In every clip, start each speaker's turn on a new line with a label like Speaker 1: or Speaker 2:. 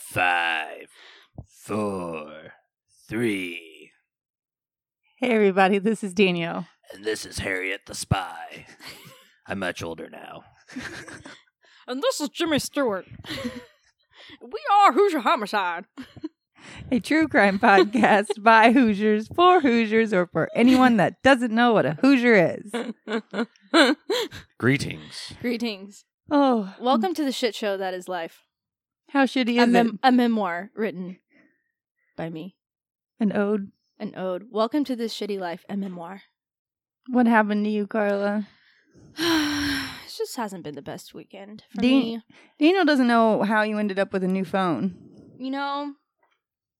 Speaker 1: Five, four, three.
Speaker 2: Hey, everybody, this is Danielle.
Speaker 1: And this is Harriet the Spy. I'm much older now.
Speaker 3: And this is Jimmy Stewart. we are Hoosier Homicide.
Speaker 2: A true crime podcast by Hoosiers, for Hoosiers, or for anyone that doesn't know what a Hoosier is.
Speaker 1: Greetings.
Speaker 3: Greetings.
Speaker 2: Oh,
Speaker 3: Welcome to the shit show that is life.
Speaker 2: How shitty
Speaker 3: A,
Speaker 2: is
Speaker 3: mem-
Speaker 2: it?
Speaker 3: a memoir written by me,
Speaker 2: An ode.
Speaker 3: an ode. Welcome to this shitty life, a memoir.
Speaker 2: What happened to you, Carla?
Speaker 3: it just hasn't been the best weekend for
Speaker 2: Dan-
Speaker 3: me.
Speaker 2: Daniel doesn't know how you ended up with a new phone.
Speaker 3: You know,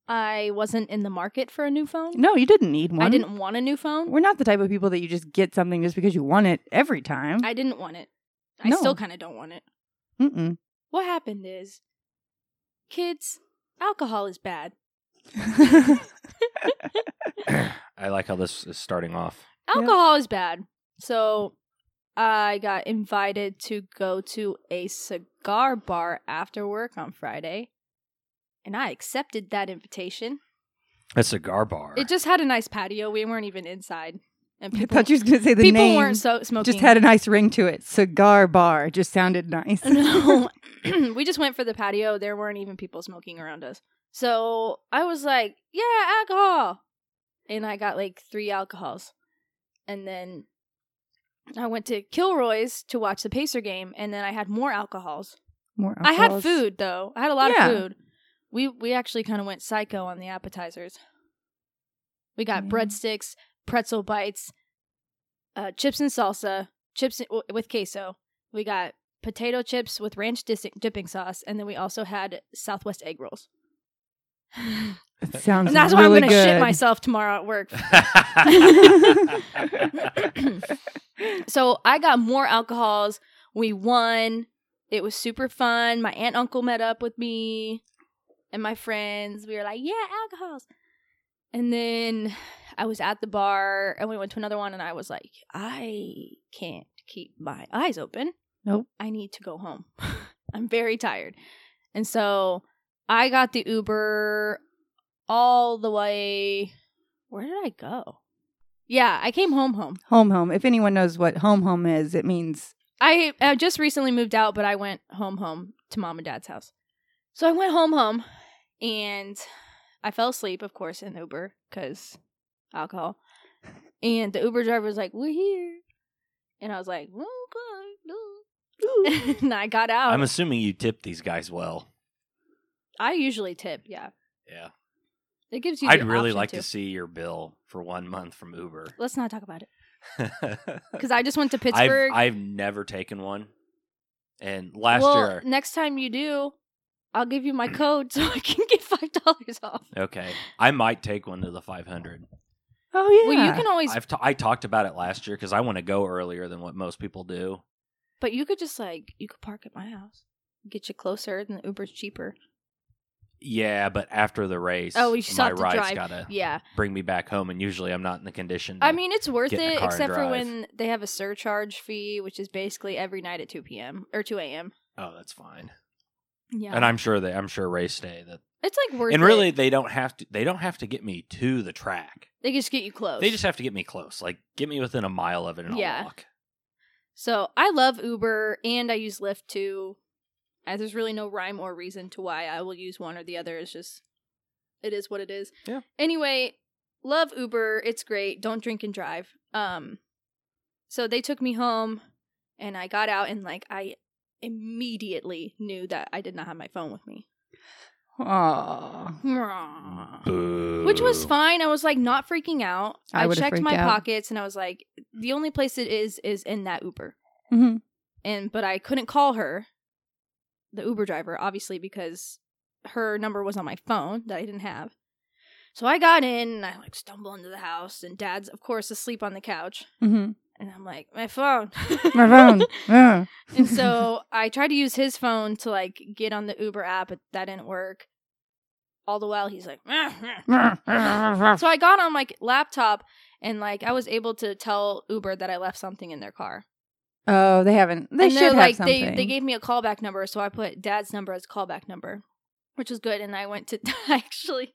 Speaker 3: I wasn't in the market for a new phone.
Speaker 2: No, you didn't need one.
Speaker 3: I didn't want a new phone.
Speaker 2: We're not the type of people that you just get something just because you want it every time.
Speaker 3: I didn't want it. I
Speaker 2: No.
Speaker 3: still kind of don't want it.
Speaker 2: Mm-mm.
Speaker 3: What happened is, kids, alcohol is bad.
Speaker 1: I like how this is starting off.
Speaker 2: Yep.
Speaker 3: alcohol is bad. So I got invited to go to a cigar bar after work on Friday. And I accepted that invitation.
Speaker 1: A cigar bar.
Speaker 3: It just had a nice patio. We weren't even inside. And
Speaker 2: I
Speaker 3: people,
Speaker 2: thought you was going to say the
Speaker 3: people
Speaker 2: name.
Speaker 3: weren't so smoking.
Speaker 2: just had a nice ring to it. Cigar bar just sounded nice.
Speaker 3: no. we just went for the patio. There weren't even people smoking around us. So I was like, yeah, alcohol. And I got like three alcohols. And then I went to Kilroy's to watch the Pacer game. And then I had more alcohols.
Speaker 2: More
Speaker 3: I had
Speaker 2: alcohols.
Speaker 3: food, though. I had a lot
Speaker 2: Yeah.
Speaker 3: of food. We, we actually kind of went psycho on the appetizers. We got
Speaker 2: Yeah.
Speaker 3: breadsticks, pretzel bites, uh, chips and salsa, chips w- with queso. We got potato chips with ranch dis- dipping sauce, and then we also had Southwest egg rolls. and
Speaker 2: It sounds
Speaker 3: that's why I'm
Speaker 2: really
Speaker 3: gonna shit
Speaker 2: good.
Speaker 3: myself tomorrow at work. so I got more alcohols. We won. It was super fun. My aunt and uncle met up with me and my friends. We were like, yeah, alcohols. And then I was at the bar and we went to another one and I was like, I can't keep my eyes open.
Speaker 2: Nope.
Speaker 3: I need to go home. I'm very tired. And so I got the Uber all the way. Where did I go? Yeah, I came home home.
Speaker 2: Home, home. If anyone knows what home, home is, it means
Speaker 3: I, I just recently moved out, but I went home home to mom and dad's house. So I went home home and I fell asleep, of course, in Uber because alcohol. And the Uber driver was like, We're here. And I was like,
Speaker 2: oh,
Speaker 3: okay. no." and I got out.
Speaker 1: I'm assuming you tip these guys well.
Speaker 3: I usually tip, yeah.
Speaker 1: Yeah.
Speaker 3: It gives you. the
Speaker 1: I'd really
Speaker 3: option
Speaker 1: like to
Speaker 3: to.
Speaker 1: see your bill for one month from Uber.
Speaker 3: Let's not talk about it
Speaker 1: Because
Speaker 3: because I just went to Pittsburgh.
Speaker 1: I've, I've never taken one. And last
Speaker 3: well,
Speaker 1: year.
Speaker 3: next time you do, I'll give you my code so I can get five dollars off.
Speaker 1: Okay, I might take one to the 500.
Speaker 2: Oh yeah.
Speaker 3: Well, you can always,
Speaker 1: I've t- I talked about it last year because I want to go earlier than what most people do.
Speaker 3: but you could just like you could park at my house, get you closer, and the Uber's cheaper.
Speaker 1: Yeah, but after the race,
Speaker 3: Oh, you still
Speaker 1: my
Speaker 3: have to
Speaker 1: ride's
Speaker 3: drive.
Speaker 1: gotta
Speaker 3: Yeah,
Speaker 1: bring me back home, and usually I'm not in the condition. To,
Speaker 3: I mean it's worth
Speaker 1: Get in the
Speaker 3: it,
Speaker 1: car and
Speaker 3: except for
Speaker 1: drive.
Speaker 3: when they have a surcharge fee, which is basically every night at two p.m. or two a.m.
Speaker 1: oh, that's fine.
Speaker 3: Yeah,
Speaker 1: And I'm sure they, I'm sure race day that,
Speaker 3: it's like worth.
Speaker 1: and really
Speaker 3: it.
Speaker 1: they don't have to. They don't have to get me to the track.
Speaker 3: they just get you close.
Speaker 1: They just have to get me close, like get me within a mile of it, and
Speaker 3: Yeah.
Speaker 1: I'll walk.
Speaker 3: So I love Uber and I use Lyft too. As there's really no rhyme or reason to why I will use one or the other. It's just it is what it is.
Speaker 1: Yeah.
Speaker 3: Anyway, love Uber. It's great. Don't drink and drive. Um so they took me home and I got out and like I immediately knew that I did not have my phone with me.
Speaker 2: Aw.
Speaker 1: Boo.
Speaker 3: Which was fine. I was like not freaking out.
Speaker 2: I
Speaker 3: I,
Speaker 2: would've
Speaker 3: checked
Speaker 2: freaked
Speaker 3: my
Speaker 2: out.
Speaker 3: pockets and I was like the only place it is is in that Uber.
Speaker 2: Mhm.
Speaker 3: and but I couldn't call her, the Uber driver, obviously because her number was on my phone that I didn't have. So I got in and I like stumble into the house and Dad's of course asleep on the couch
Speaker 2: Mhm.
Speaker 3: and I'm like my phone,
Speaker 2: My phone. Yeah.
Speaker 3: and so I tried to use his phone to like get on the Uber app, but that didn't work. All the while he's like,
Speaker 2: Ah.
Speaker 3: so I got on my laptop and like I was able to tell Uber that I left something in their car.
Speaker 2: oh, they haven't. They
Speaker 3: And
Speaker 2: should
Speaker 3: they're
Speaker 2: have
Speaker 3: like
Speaker 2: something.
Speaker 3: they they gave me a callback number, so I put dad's number as callback number. which was good. And I went to I actually,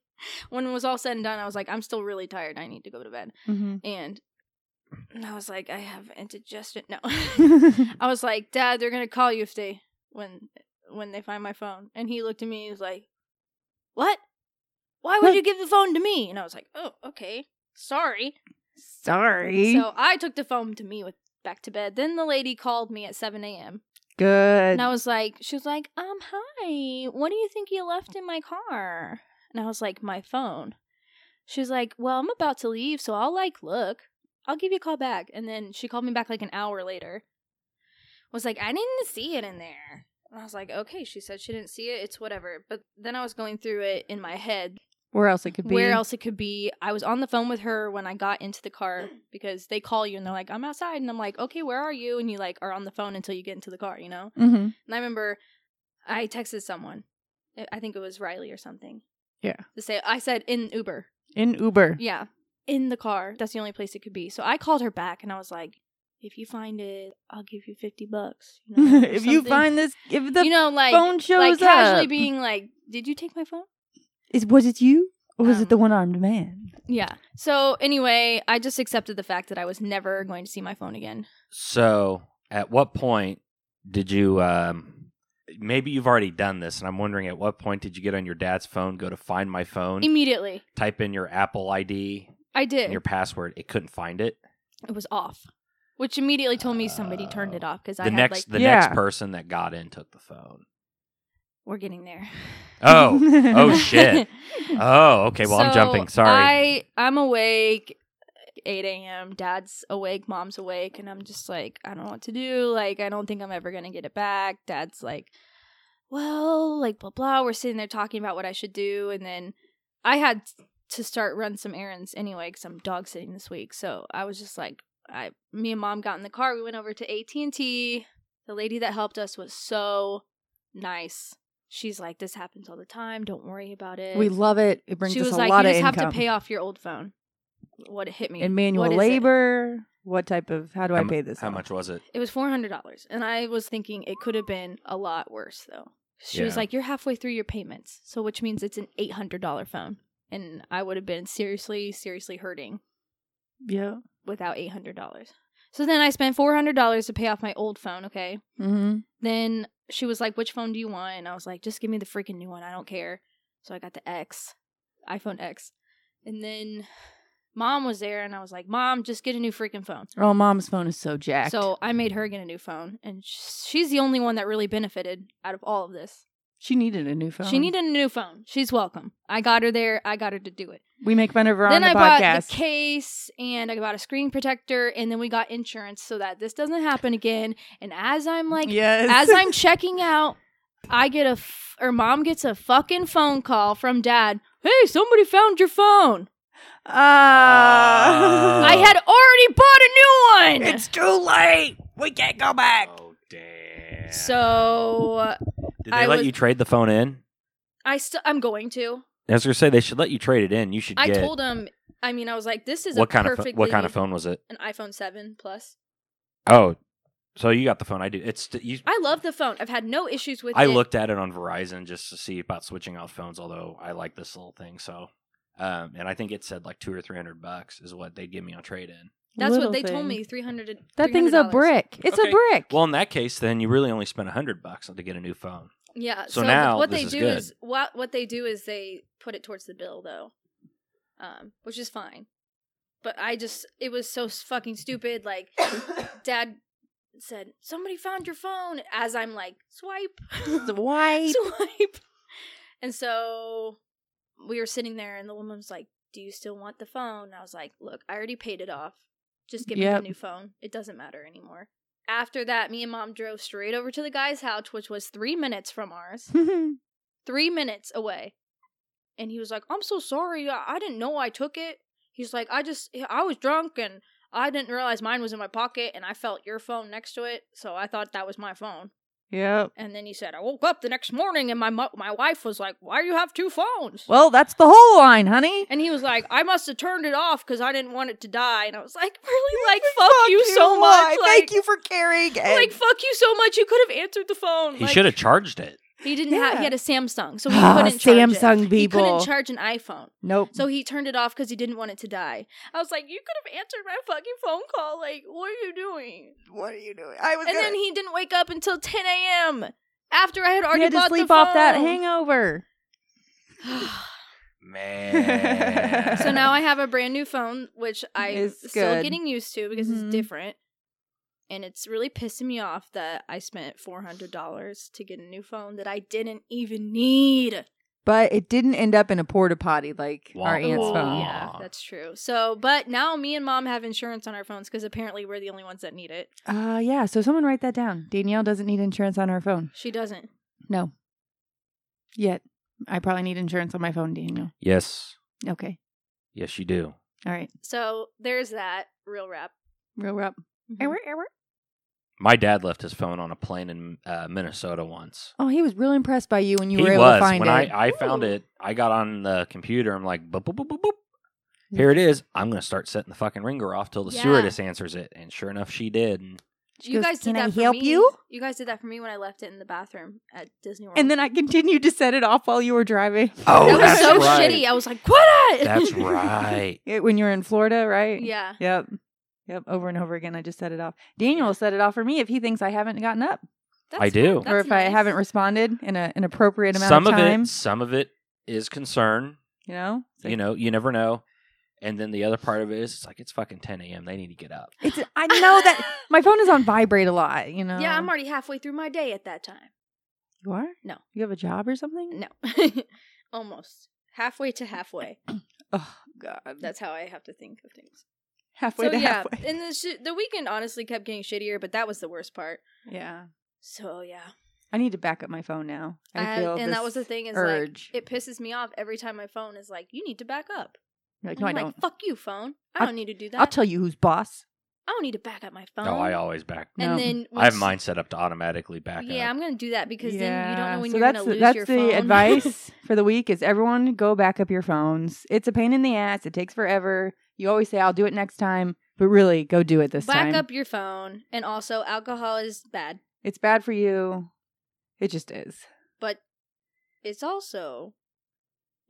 Speaker 3: when it was all said and done, I was like, I'm still really tired. I need to go to bed. And I was like, I have indigestion. No,
Speaker 2: Mm-hmm.
Speaker 3: I was like, Dad, they're gonna call you if they when when they find my phone. And he looked at me. He was like, What? Why would you give the phone to me? And I was like, Oh, okay, sorry.
Speaker 2: Sorry.
Speaker 3: So I took the phone to me with back to bed. Then the lady called me at 7 a.m.
Speaker 2: Good.
Speaker 3: And I was like, she was like, um, hi, what do you think you left in my car? And I was like, my phone. She was like, well, I'm about to leave, so I'll like look. I'll give you a call back. And then she called me back like an hour later. Was like, I didn't see it in there. And I was like, okay, she said she didn't see it. It's whatever. But then I was going through it in my head
Speaker 2: Where else it could be?
Speaker 3: where else it could be. I was on the phone with her when I got into the car because they call you and they're like, I'm outside. And I'm like, okay, where are you? And you like are on the phone until you get into the car, you know?
Speaker 2: Mhm.
Speaker 3: And I remember I texted someone. I- I think it was Riley or something.
Speaker 2: Yeah.
Speaker 3: To say I said in Uber.
Speaker 2: In Uber.
Speaker 3: Yeah. In the car. That's the only place it could be. So I called her back and I was like, if you find it, I'll give you 50 bucks. You know, or
Speaker 2: if you
Speaker 3: something.
Speaker 2: find this, if the
Speaker 3: you know, like,
Speaker 2: phone shows
Speaker 3: like casually
Speaker 2: up.
Speaker 3: being like, did you take my phone?
Speaker 2: is, was it you or was
Speaker 3: Um,
Speaker 2: it the one armed man?
Speaker 3: Yeah. So anyway, I just accepted the fact that I was never going to see my phone again.
Speaker 1: So, at what point did you? Um, maybe you've already done this, and I'm wondering at what point did you get on your dad's phone, go to find my phone,
Speaker 3: Immediately.
Speaker 1: type in your Apple ID
Speaker 3: I did.
Speaker 1: and your password. It couldn't find it.
Speaker 3: It was off. Which immediately told me somebody turned
Speaker 2: Uh,
Speaker 3: it off because I
Speaker 1: The
Speaker 3: had
Speaker 1: next,
Speaker 3: like,
Speaker 1: the
Speaker 2: Yeah.
Speaker 1: next person that got in took the phone.
Speaker 3: we're getting there.
Speaker 1: Oh, oh, shit. oh, okay. Well, I'm
Speaker 3: So,
Speaker 1: jumping. Sorry.
Speaker 3: I I'm awake. 8 a.m. Dad's awake, mom's awake, and I'm just like, I don't know what to do. Like, I don't think I'm ever gonna get it back. Dad's like, well, like blah blah. We're sitting there talking about what I should do, and then I had to start run some errands anyway because I'm dog sitting this week. So I was just like, I me and mom got in the car. We went over to AT and T. The lady that helped us was so nice. She's like, this happens all the time. Don't worry about it
Speaker 2: we love it. It brings
Speaker 3: she
Speaker 2: us
Speaker 3: was
Speaker 2: a
Speaker 3: like,
Speaker 2: lot
Speaker 3: you
Speaker 2: of
Speaker 3: just
Speaker 2: income.
Speaker 3: have to pay off your old phone. What it hit me
Speaker 2: and manual
Speaker 3: What is it?
Speaker 2: labor. What type of? How do I
Speaker 1: mu-
Speaker 2: pay this?
Speaker 1: How
Speaker 2: off?
Speaker 1: much was it?
Speaker 3: It was four hundred dollars, and I was thinking it could have been a lot worse though. She was
Speaker 1: Yeah.
Speaker 3: like, "You're halfway through your payments, so which means it's an eight hundred dollar phone," and I would have been seriously, seriously hurting
Speaker 2: Yeah.
Speaker 3: without eight hundred dollars. So then I spent four hundred dollars to pay off my old phone. Okay,
Speaker 2: Mm-hmm.
Speaker 3: then she was like, "Which phone do you want?" And I was like, "Just give me the freaking new one. I don't care." So I got the X, iPhone X, and then mom was there, and I was like, "Mom, just get a new freaking phone."
Speaker 2: Oh, mom's phone is so jacked.
Speaker 3: So I made her get a new phone, and sh- she's the only one that really benefited out of all of this.
Speaker 2: she needed a new phone.
Speaker 3: She needed a new phone. She's welcome. I got her there. I got her to do it.
Speaker 2: We make fun of her
Speaker 3: then
Speaker 2: on
Speaker 3: I
Speaker 2: the
Speaker 3: bought
Speaker 2: podcast.
Speaker 3: the case, and I bought a screen protector, and then we got insurance so that this doesn't happen again. And as I'm like
Speaker 2: yes.
Speaker 3: as I'm checking out, I get a f- or mom gets a fucking phone call from dad. Hey, somebody found your phone.
Speaker 2: Ah.
Speaker 1: Oh.
Speaker 3: I had already bought a new one.
Speaker 2: too late. We can't go back.
Speaker 1: Oh, damn.
Speaker 3: so uh,
Speaker 1: did they
Speaker 3: I
Speaker 1: let
Speaker 3: was-
Speaker 1: you trade the phone in?
Speaker 3: I still I'm going to.
Speaker 1: I was gonna say they should let you trade it in. You should.
Speaker 3: I
Speaker 1: get,
Speaker 3: told him. I mean, I was like, this is
Speaker 1: what
Speaker 3: a
Speaker 1: kind of
Speaker 3: perfectly
Speaker 1: pho- what kind of phone was it?
Speaker 3: an iPhone seven plus.
Speaker 1: Oh, so you got the phone. I do. It's you.
Speaker 3: I love the phone. I've had no issues with
Speaker 1: I
Speaker 3: it.
Speaker 1: looked at it on Verizon just to see about switching out phones. Although I like this little thing, so um, and I think it said like two or three hundred bucks is what they'd give me on trade in.
Speaker 3: That's
Speaker 2: Little
Speaker 3: what they told
Speaker 2: thing.
Speaker 3: me. Three hundred.
Speaker 2: That thing's a brick. It's a
Speaker 1: Okay.
Speaker 2: brick.
Speaker 1: Well, in that case, then you really only spent a hundred bucks to get a new phone.
Speaker 3: Yeah.
Speaker 1: So
Speaker 3: So,
Speaker 1: now
Speaker 3: what
Speaker 1: this
Speaker 3: they
Speaker 1: is
Speaker 3: do
Speaker 1: good.
Speaker 3: is what what they do is they put it towards the bill though, um, which is fine. But I just it was so s- fucking stupid. Like, Dad said, "Somebody found your phone." As I'm like, swipe,
Speaker 2: white.
Speaker 3: swipe, and so we were sitting there, and the woman was like, "Do you still want the phone?" And I was like, "Look, I already paid it off. Just give
Speaker 2: Yep.
Speaker 3: me a new phone. It doesn't matter anymore." After that, me and mom drove straight over to the guy's house, which was three minutes from ours three minutes away. And he was like, I'm so sorry. I, I didn't know I took it. He's like, I just, I was drunk and I didn't realize mine was in my pocket and I felt your phone next to it. So I thought that was my phone.
Speaker 2: yep.
Speaker 3: And then he said, I woke up the next morning and my, mu- my wife was like, Why do you have two phones?
Speaker 2: Well, that's the whole line, honey.
Speaker 3: And he was like, I must have turned it off because I didn't want it to die. And I was like, Really? Like, fuck, you, so much.
Speaker 2: why?
Speaker 3: Like,
Speaker 2: Thank you for carrying it.
Speaker 3: Like, fuck you so much. You could have answered the phone.
Speaker 1: He
Speaker 3: Like,
Speaker 1: should have charged it.
Speaker 3: He didn't have.
Speaker 2: Yeah.
Speaker 3: He had a Samsung, so he
Speaker 2: Ah,
Speaker 3: couldn't charge it.
Speaker 2: Samsung
Speaker 3: He couldn't
Speaker 2: people.
Speaker 3: charge an iPhone,
Speaker 2: Nope.
Speaker 3: so he turned it off because he didn't want it to die. I was like, "You could have answered my fucking phone call. Like, what are you doing?"
Speaker 2: what are you doing? I was
Speaker 3: And then he didn't wake up until 10 a.m. after I had already
Speaker 2: had to
Speaker 3: bought
Speaker 2: sleep
Speaker 3: the
Speaker 2: off that
Speaker 3: phone.
Speaker 2: hangover.
Speaker 1: Man.
Speaker 3: so now I have a brand new phone, which I'm
Speaker 2: It's
Speaker 3: still
Speaker 2: good.
Speaker 3: getting used to because
Speaker 2: Mhm.
Speaker 3: it's different. And it's really pissing me off that I spent $400 to get a new phone that I didn't even need.
Speaker 2: But it didn't end up in a porta potty like
Speaker 1: Wah,
Speaker 2: our aunt's
Speaker 1: wah.
Speaker 2: phone.
Speaker 3: Yeah, that's true. So, but now me and mom have insurance on our phones because apparently we're the only ones that need it.
Speaker 2: Uh, yeah. So someone write that down. Danielle doesn't need insurance on her phone.
Speaker 3: She doesn't.
Speaker 2: No. Yet. I probably need insurance on my phone, Danielle.
Speaker 1: yes.
Speaker 2: Okay.
Speaker 1: Yes, you do.
Speaker 2: All right.
Speaker 3: So there's that real rap.
Speaker 2: Real rap.
Speaker 3: Mhm.
Speaker 1: My dad left his phone on a plane in uh, Minnesota once.
Speaker 2: Oh, he was really impressed by you when you
Speaker 1: he
Speaker 2: were able
Speaker 1: was
Speaker 2: to find
Speaker 1: when
Speaker 2: it.
Speaker 1: I, I found
Speaker 3: Ooh.
Speaker 1: it. I got on the computer. I'm like, boop, boop, boop, boop, boop. Here it is. I'm gonna start setting the fucking ringer off till the
Speaker 3: Yeah.
Speaker 1: stewardess answers it, and sure enough, she did. And
Speaker 2: She
Speaker 3: You
Speaker 2: goes,
Speaker 3: guys did
Speaker 2: "Can
Speaker 3: that
Speaker 2: I
Speaker 3: for
Speaker 2: help
Speaker 3: me.
Speaker 2: you?"
Speaker 3: You guys did that for me when I left it in the bathroom at Disney World.
Speaker 2: And then I continued to set it off while you were driving.
Speaker 1: Oh,
Speaker 3: that was
Speaker 1: that's
Speaker 3: so
Speaker 1: right.
Speaker 3: shitty. I was like, "Quit it."
Speaker 1: That's right.
Speaker 2: Yeah, When you were in Florida, right?
Speaker 3: yeah.
Speaker 2: Yep. Yep. Over and over again, I just set it off. Daniel will set it off for me if he thinks I haven't gotten up
Speaker 1: I do.
Speaker 3: That's
Speaker 2: or if I
Speaker 3: nice.
Speaker 2: haven't responded in a, an appropriate amount
Speaker 1: Some
Speaker 2: of
Speaker 1: of
Speaker 2: time.
Speaker 1: it, some of it is concern.
Speaker 2: you know? It's like,
Speaker 1: You know, you never know. And then the other part of it is, it's like it's fucking 10 a.m. They need to get up.
Speaker 2: It's, I know that my phone is on vibrate a lot, you know?
Speaker 3: Yeah, I'm already halfway through my day at that time.
Speaker 2: You are?
Speaker 3: No.
Speaker 2: You have a job or something?
Speaker 3: No, almost halfway to halfway.
Speaker 2: Oh, God.
Speaker 3: That's how I have to think of things.
Speaker 2: halfway
Speaker 3: so
Speaker 2: to
Speaker 3: yeah,
Speaker 2: halfway.
Speaker 3: and the sh- the weekend honestly kept getting shittier, but that was the worst part.
Speaker 2: Yeah.
Speaker 3: So yeah,
Speaker 2: I need to back up my phone now. I,
Speaker 3: I-
Speaker 2: feel
Speaker 3: and that
Speaker 2: this
Speaker 3: was the thing is
Speaker 2: urge.
Speaker 3: like it pisses me off every time my phone is like, "You need to back up."
Speaker 2: You're like,
Speaker 3: And
Speaker 2: no, I
Speaker 3: I'm
Speaker 2: don't.
Speaker 3: Like, Fuck you, phone. I
Speaker 2: I'll-
Speaker 3: don't need to do that.
Speaker 2: I'll tell you who's boss.
Speaker 3: I don't need to back up my phone.
Speaker 1: No, Oh, I always back.
Speaker 2: No.
Speaker 3: And then
Speaker 1: I have
Speaker 3: once-
Speaker 1: mine set up to automatically back
Speaker 3: yeah,
Speaker 1: up.
Speaker 3: I'm gonna do that because then you don't know when
Speaker 2: so
Speaker 3: you're
Speaker 2: that's
Speaker 3: gonna lose
Speaker 2: that's
Speaker 3: your
Speaker 2: the
Speaker 3: phone.
Speaker 2: advice for the week is everyone go back up your phones. It's a pain in the ass. It takes forever. You always say I'll do it next time, but really go do it this
Speaker 3: back
Speaker 2: time.
Speaker 3: up your phone, and also alcohol is bad.
Speaker 2: It's bad for you. It just is.
Speaker 3: but it's also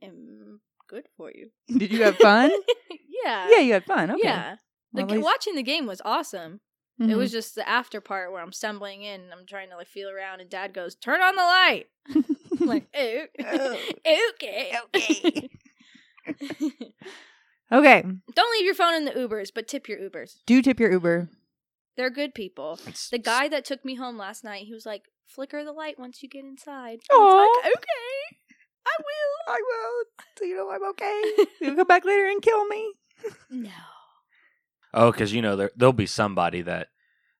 Speaker 3: um, good for you.
Speaker 2: Did you have fun?
Speaker 3: yeah.
Speaker 2: yeah, you had fun. Okay.
Speaker 3: Yeah. The
Speaker 2: Well, at
Speaker 3: g-
Speaker 2: least-
Speaker 3: watching the game was awesome. It
Speaker 2: Mhm.
Speaker 3: was just the after part where I'm stumbling in and I'm trying to like feel around and dad goes, "Turn on the light."
Speaker 2: Mm-hmm.
Speaker 3: I'm like, "Oh, okay.
Speaker 2: Okay. okay.
Speaker 3: Don't leave your phone in the Ubers, but tip your Ubers.
Speaker 2: Do tip your Uber.
Speaker 3: They're good people.
Speaker 1: It's-
Speaker 3: The guy that took me home last night, he was like, "Flicker the light once you get inside." I was
Speaker 2: Aw.
Speaker 3: like, "Okay. I will."
Speaker 2: I will. So you know I'm okay. You'll come back later and kill me.
Speaker 3: No.
Speaker 1: Oh, because you know there there'll be somebody that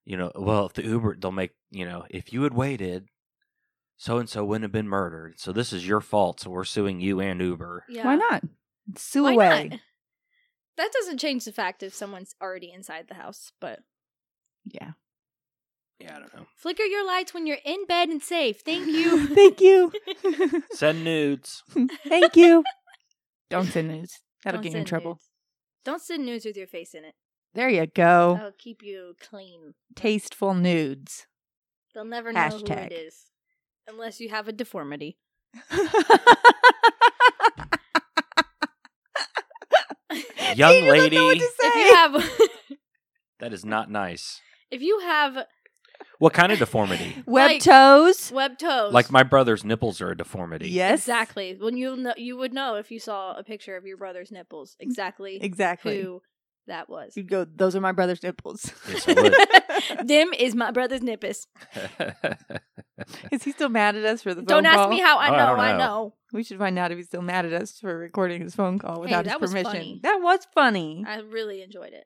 Speaker 1: you know. Well, if the Uber, they'll make you know if you had waited, so and so wouldn't have been murdered. So this is your fault. So we're suing you and Uber.
Speaker 3: Yeah.
Speaker 2: Why not? Sue
Speaker 3: Why
Speaker 2: away.
Speaker 3: not? That doesn't change the fact if someone's already inside the house, but
Speaker 2: Yeah.
Speaker 1: Yeah, I don't know.
Speaker 3: flicker your lights when you're in bed and safe. Thank you.
Speaker 2: Thank you.
Speaker 1: Send nudes.
Speaker 2: Thank you. Don't send nudes. That'll
Speaker 3: Don't
Speaker 2: get you in
Speaker 3: send
Speaker 2: trouble.
Speaker 3: nudes. Don't send nudes with your face in it.
Speaker 2: There you go.
Speaker 3: That'll keep you clean.
Speaker 2: Tasteful nudes.
Speaker 3: They'll never know
Speaker 2: Hashtag.
Speaker 3: who it is. Unless you have a deformity.
Speaker 1: Young
Speaker 2: Daniel doesn't know what
Speaker 1: lady.
Speaker 2: to
Speaker 3: If
Speaker 2: say.
Speaker 3: you have
Speaker 1: That is not nice.
Speaker 3: if you have
Speaker 1: What kind of deformity?
Speaker 2: Web
Speaker 3: like-
Speaker 2: toes.
Speaker 3: web toes.
Speaker 1: like my brother's nipples are a deformity.
Speaker 2: Yes.
Speaker 3: Exactly. When you know you would know if you saw a picture of your brother's nipples. Exactly,
Speaker 2: Mm, Exactly.
Speaker 3: who that was.
Speaker 2: You'd go, those are my brother's nipples.
Speaker 1: Yes, I
Speaker 3: Dim is my brother's nippus.
Speaker 2: Is he still mad at us for the phone
Speaker 3: Don't ask
Speaker 2: call?
Speaker 3: me how I
Speaker 1: Oh,
Speaker 3: know.
Speaker 1: I
Speaker 3: I
Speaker 1: don't
Speaker 3: know.
Speaker 1: know.
Speaker 2: We should find out if he's still mad at us for recording his phone call without
Speaker 3: that
Speaker 2: his
Speaker 3: was
Speaker 2: permission.
Speaker 3: funny.
Speaker 2: That was funny. I,
Speaker 3: I really enjoyed it.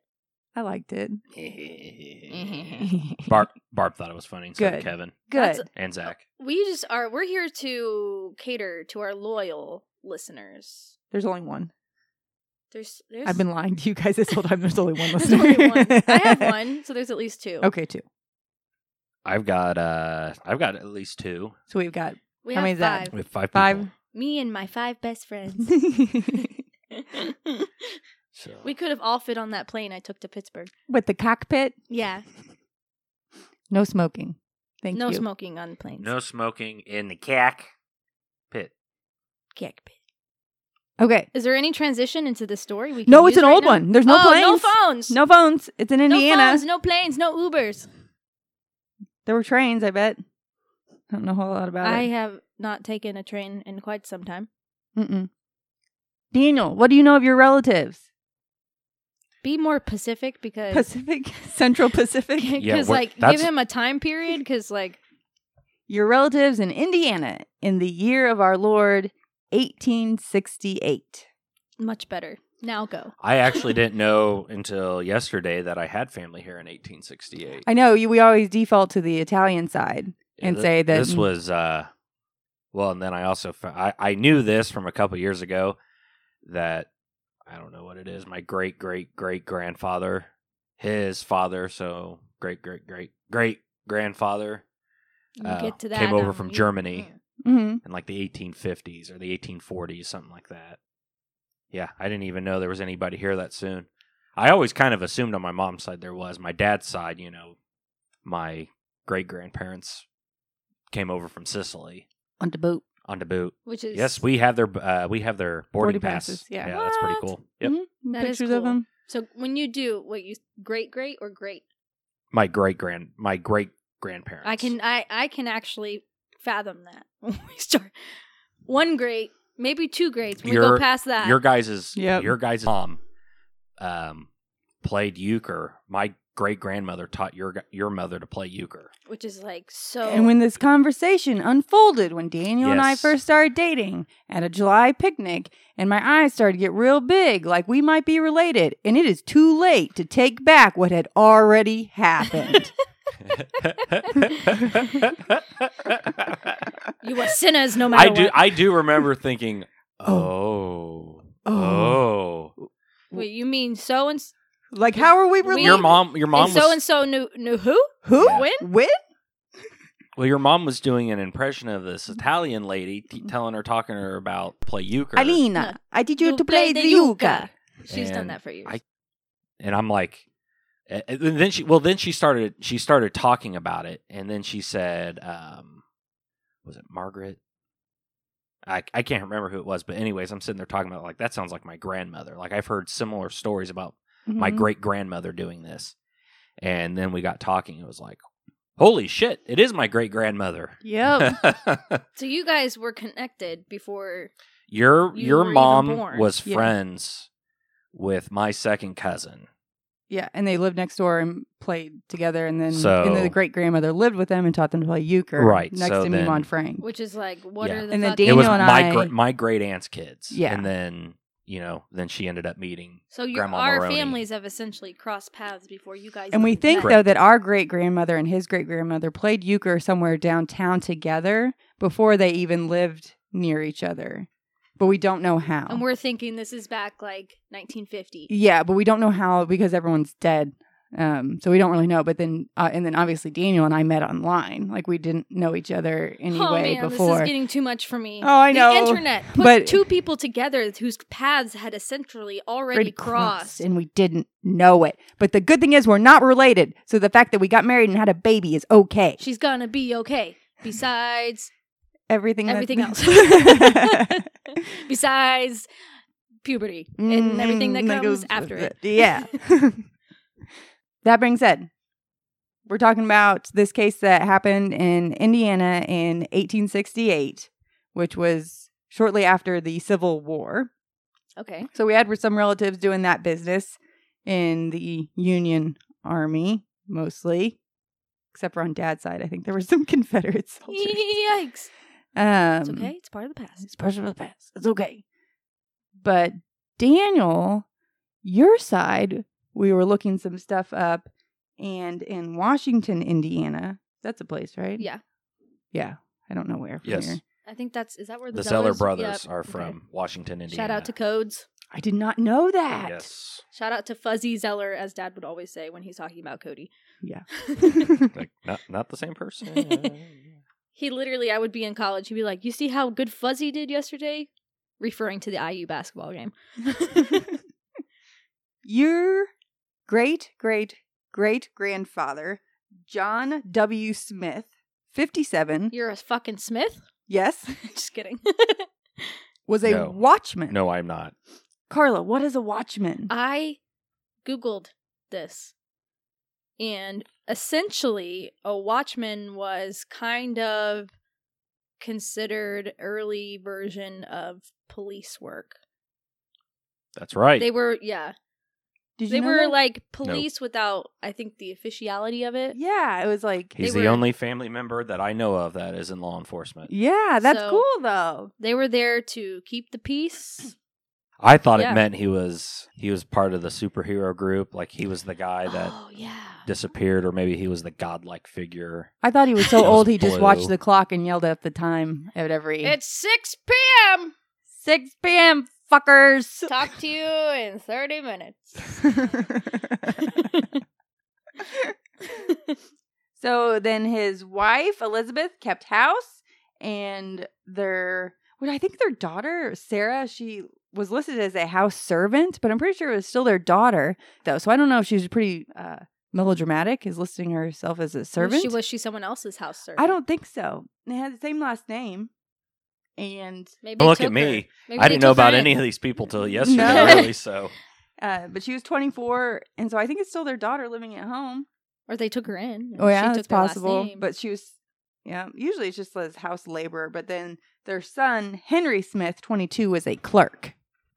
Speaker 2: liked it.
Speaker 1: Mm-hmm. Barb Barb thought it was funny. So did
Speaker 2: Good. Oh.
Speaker 1: Kevin
Speaker 2: Good.
Speaker 3: That's-
Speaker 1: and Zach.
Speaker 3: We just are. We're here to cater to our loyal listeners.
Speaker 2: There's only one.
Speaker 3: There's. there's
Speaker 2: I've been lying to you guys this whole time. There's only one
Speaker 3: There's
Speaker 2: listener.
Speaker 3: only one. I have one, so there's at least two.
Speaker 2: Okay, two.
Speaker 1: I've got uh I've got at least two.
Speaker 2: So we've got
Speaker 3: We
Speaker 2: How many
Speaker 3: have
Speaker 2: is that?
Speaker 3: five.
Speaker 1: We have five people.
Speaker 2: five.
Speaker 3: Me and my five best friends.
Speaker 2: With
Speaker 1: So
Speaker 3: we could have all fit on that plane I took to Pittsburgh.
Speaker 2: the cockpit,
Speaker 3: Yeah.
Speaker 2: no smoking. Thank
Speaker 3: no
Speaker 2: you.
Speaker 3: smoking on planes.
Speaker 1: No smoking in the cack pit.
Speaker 3: Kick pit.
Speaker 2: Okay.
Speaker 3: Is there any transition into the story? We
Speaker 2: No,
Speaker 3: can
Speaker 2: it's
Speaker 3: use
Speaker 2: an
Speaker 3: right
Speaker 2: old
Speaker 3: now?
Speaker 2: one. There's no
Speaker 3: oh, No
Speaker 2: planes.
Speaker 3: phones.
Speaker 2: No phones. It's in
Speaker 3: No
Speaker 2: Indiana.
Speaker 3: phones. No planes. No Ubers.
Speaker 2: There were trains, I bet. I don't know a whole lot about
Speaker 3: I
Speaker 2: it.
Speaker 3: have not taken a train in quite some time.
Speaker 2: Mm-mm. Daniel, what do you know of your relatives?
Speaker 3: Be more Pacific because
Speaker 2: Pacific, Central Pacific.
Speaker 3: because
Speaker 1: Yeah, we're-
Speaker 3: like give
Speaker 1: that's-
Speaker 3: him a time period because like
Speaker 2: Your relatives in Indiana in the year of our Lord, 1868.
Speaker 3: much better. Now go.
Speaker 1: I actually didn't know until yesterday that I had family here in 1868.
Speaker 2: I know you, we always default to the Italian side. and
Speaker 1: Th-
Speaker 2: say that-
Speaker 1: this was uh well and then i also fo- I, I knew this from a couple years ago that i don't know what it is my great great great grandfather his father so great great great great grandfather
Speaker 3: You
Speaker 1: uh,
Speaker 3: get to that. um,
Speaker 1: came over
Speaker 3: now.
Speaker 1: from
Speaker 3: You-
Speaker 1: germany
Speaker 2: Mm-hmm.
Speaker 1: in like the 1850s or the 1840s something like that yeah i didn't even know there was anybody here that soon i always kind of assumed on my mom's side there was my dad's side you know my great grandparents came over from sicily
Speaker 2: On the boat.
Speaker 1: on the boot
Speaker 3: Which is
Speaker 1: yes we have their uh, we have their boarding,
Speaker 2: Boarding
Speaker 1: pass.
Speaker 2: passes, yeah.
Speaker 1: that's pretty
Speaker 3: What?
Speaker 1: cool yep
Speaker 2: Mm-hmm.
Speaker 3: That is
Speaker 2: Pictures of
Speaker 3: cool.
Speaker 2: them.
Speaker 3: So when you do what you great great or great,
Speaker 1: my great grand my great grandparents
Speaker 3: I can I I can actually fathom that when we start one great, maybe two greats. When we go
Speaker 1: Your-
Speaker 3: past that,
Speaker 1: your guys's
Speaker 2: Yep.
Speaker 1: your guys's mom um played euchre my great grandmother taught your gu- your mother to play euchre
Speaker 3: which is like so.
Speaker 2: And when this conversation unfolded, when Daniel and I
Speaker 1: Yes.
Speaker 2: first started dating at a July picnic, and my eyes started to get real big, like we might be related, and it is too late to take back what had already happened.
Speaker 3: you are sinners no matter
Speaker 1: I do.
Speaker 3: what.
Speaker 1: I do remember thinking,
Speaker 2: Oh.
Speaker 1: oh,
Speaker 2: Oh.
Speaker 1: oh,
Speaker 3: Wait, you mean so and
Speaker 2: like, how are we related?
Speaker 1: your mom. Your mom was
Speaker 3: so and so knew knew who?
Speaker 2: Who?
Speaker 1: Yeah.
Speaker 3: When?
Speaker 2: When?
Speaker 1: well. Your mom was doing an impression of this
Speaker 3: Mm-hmm.
Speaker 1: Italian lady, t- telling her, talking to her about play euchre.
Speaker 2: Alina, I teach you to play the yucca.
Speaker 3: She's done
Speaker 1: And
Speaker 3: that for years.
Speaker 1: I- and I'm like, and and then she, well, then she started, she started talking about it, and then she said, um, was it Margaret? I I can't remember who it was, but anyways, I'm sitting there talking about like that sounds like my grandmother. Like I've heard similar stories about my
Speaker 3: Mm-hmm.
Speaker 2: Mhm.
Speaker 1: great grandmother doing this, and then we got talking. It was like, holy shit, it is my great grandmother.
Speaker 3: Oh.
Speaker 2: Yep.
Speaker 3: so you guys were connected before.
Speaker 1: your
Speaker 3: You
Speaker 1: your
Speaker 3: were even
Speaker 1: mom
Speaker 3: born.
Speaker 1: was
Speaker 2: Yeah.
Speaker 1: friends with my second cousin.
Speaker 2: yeah, and they lived next door and played together, and then
Speaker 1: So-
Speaker 2: and then the great grandmother lived with them and taught them to play euchre.
Speaker 1: Right,
Speaker 2: next
Speaker 1: so
Speaker 2: to me,
Speaker 1: then-
Speaker 2: Monfrank.
Speaker 3: Which is like, what
Speaker 1: Yeah.
Speaker 3: are the
Speaker 2: And then
Speaker 3: fucking-
Speaker 1: it was
Speaker 2: Daniel and
Speaker 1: my
Speaker 2: I-
Speaker 1: gra- my great aunt's kids.
Speaker 2: Yeah.
Speaker 1: and then you know, then she ended up meeting.
Speaker 3: so your,
Speaker 1: Grandma
Speaker 3: our
Speaker 1: Maroney.
Speaker 3: families have essentially crossed paths before you guys.
Speaker 2: And we
Speaker 3: even
Speaker 2: think
Speaker 3: met.
Speaker 2: though that our great grandmother and his great grandmother played euchre somewhere downtown together before they even lived near each other, but we don't know how.
Speaker 3: and we're thinking this is back like 1950.
Speaker 2: yeah, but we don't know how because everyone's dead, um, so we don't really know. But then uh, and then obviously Daniel and I met online, like we didn't know each other
Speaker 3: oh
Speaker 2: anyway
Speaker 3: man, this
Speaker 2: before.
Speaker 3: is getting too much for me.
Speaker 2: Oh, I know.
Speaker 3: The internet put
Speaker 2: But-
Speaker 3: two people together whose paths had essentially already
Speaker 2: Already
Speaker 3: crossed.
Speaker 2: and we didn't know it. But the good thing is we're not related, so the fact that we got married and had a baby is okay.
Speaker 3: She's gonna be okay. Besides,
Speaker 2: Everything, that-
Speaker 3: everything else. Besides puberty and everything that
Speaker 2: Mm,
Speaker 3: comes
Speaker 2: goes
Speaker 3: after
Speaker 2: with
Speaker 3: it.
Speaker 2: Yeah. that being said, we're talking about this case that happened in Indiana in 1868, which was shortly after the Civil War.
Speaker 3: Okay.
Speaker 2: So we had some relatives doing that business in the Union Army, mostly, except for on Dad's side. I think there were some Confederate soldiers.
Speaker 3: Yikes.
Speaker 2: Um,
Speaker 3: It's okay. It's part of the past.
Speaker 2: it's part of the past. It's okay. But Daniel, your side, we were looking some stuff up, and in Washington, Indiana, that's a place, right?
Speaker 3: Yeah.
Speaker 2: Yeah. I don't know where. From
Speaker 1: Yes.
Speaker 2: here.
Speaker 3: I think that's is that where
Speaker 1: The,
Speaker 3: the,
Speaker 1: Zeller
Speaker 3: Zellers-
Speaker 1: brothers
Speaker 3: Yep.
Speaker 1: are
Speaker 3: Okay.
Speaker 1: from Washington, Indiana.
Speaker 3: Shout out to codes.
Speaker 2: I did not know that.
Speaker 1: Yes,
Speaker 3: Shout out to Fuzzy Zeller, as Dad would always say when he's talking about Cody.
Speaker 2: Yeah.
Speaker 1: like not not the same person.
Speaker 3: he literally, I would be in college. He'd be like, "You see how good Fuzzy did yesterday," referring to the IU basketball game.
Speaker 2: Your great, great, great grandfather, John W. Smith, 57,
Speaker 3: You're a fucking Smith?
Speaker 2: yes,
Speaker 3: Just kidding.
Speaker 2: was a
Speaker 1: No.
Speaker 2: watchman.
Speaker 1: No, I'm not.
Speaker 2: Carla, what is a watchman?
Speaker 3: I Googled this. And essentially, a watchman was kind of considered early version of police work.
Speaker 1: That's right.
Speaker 3: They were, yeah.
Speaker 2: Did you
Speaker 3: They
Speaker 2: know
Speaker 3: were
Speaker 2: that?
Speaker 3: like police without, I think, the officiality of it.
Speaker 2: Yeah, it was like
Speaker 1: He's
Speaker 3: they
Speaker 1: the
Speaker 3: were-
Speaker 1: only family member that I know of that is in law enforcement.
Speaker 2: Yeah, that's
Speaker 3: So-
Speaker 2: cool though.
Speaker 3: They were there to keep the peace.
Speaker 1: I thought
Speaker 3: Yeah.
Speaker 1: it meant he was he was part of the superhero group, like he was the guy that
Speaker 3: oh, yeah.
Speaker 1: disappeared, or maybe he was the godlike figure.
Speaker 2: I thought he was so
Speaker 1: That was
Speaker 2: old he just watched
Speaker 1: blue.
Speaker 2: the clock and yelled at the time at every
Speaker 3: It's 6 p.m.
Speaker 2: 6 p.m. fuckers.
Speaker 3: Talk to you in 30 minutes.
Speaker 2: so then his wife Elizabeth kept house and their what I think their daughter Sarah she was listed as a house servant, but I'm pretty sure it was still their daughter though. So I don't know if she was pretty uh, melodramatic is listing herself as a servant.
Speaker 3: She was she someone else's house servant.
Speaker 2: I don't think so. They had the same last name. And
Speaker 3: Maybe
Speaker 1: But
Speaker 3: they
Speaker 1: look at
Speaker 3: took
Speaker 1: me.
Speaker 3: her. Maybe
Speaker 1: I
Speaker 3: they
Speaker 1: didn't know
Speaker 3: took her
Speaker 1: about
Speaker 3: in.
Speaker 1: any of these people till yesterday,
Speaker 2: No.
Speaker 1: really. So
Speaker 2: uh but she was 24 and so I think it's still their daughter living at home.
Speaker 3: Or they took her in.
Speaker 2: Oh yeah,
Speaker 3: she
Speaker 2: it's
Speaker 3: took their last
Speaker 2: possible.
Speaker 3: name.
Speaker 2: But she was yeah, usually it's just says house laborer, but then their son Henry Smith, 22, was a clerk.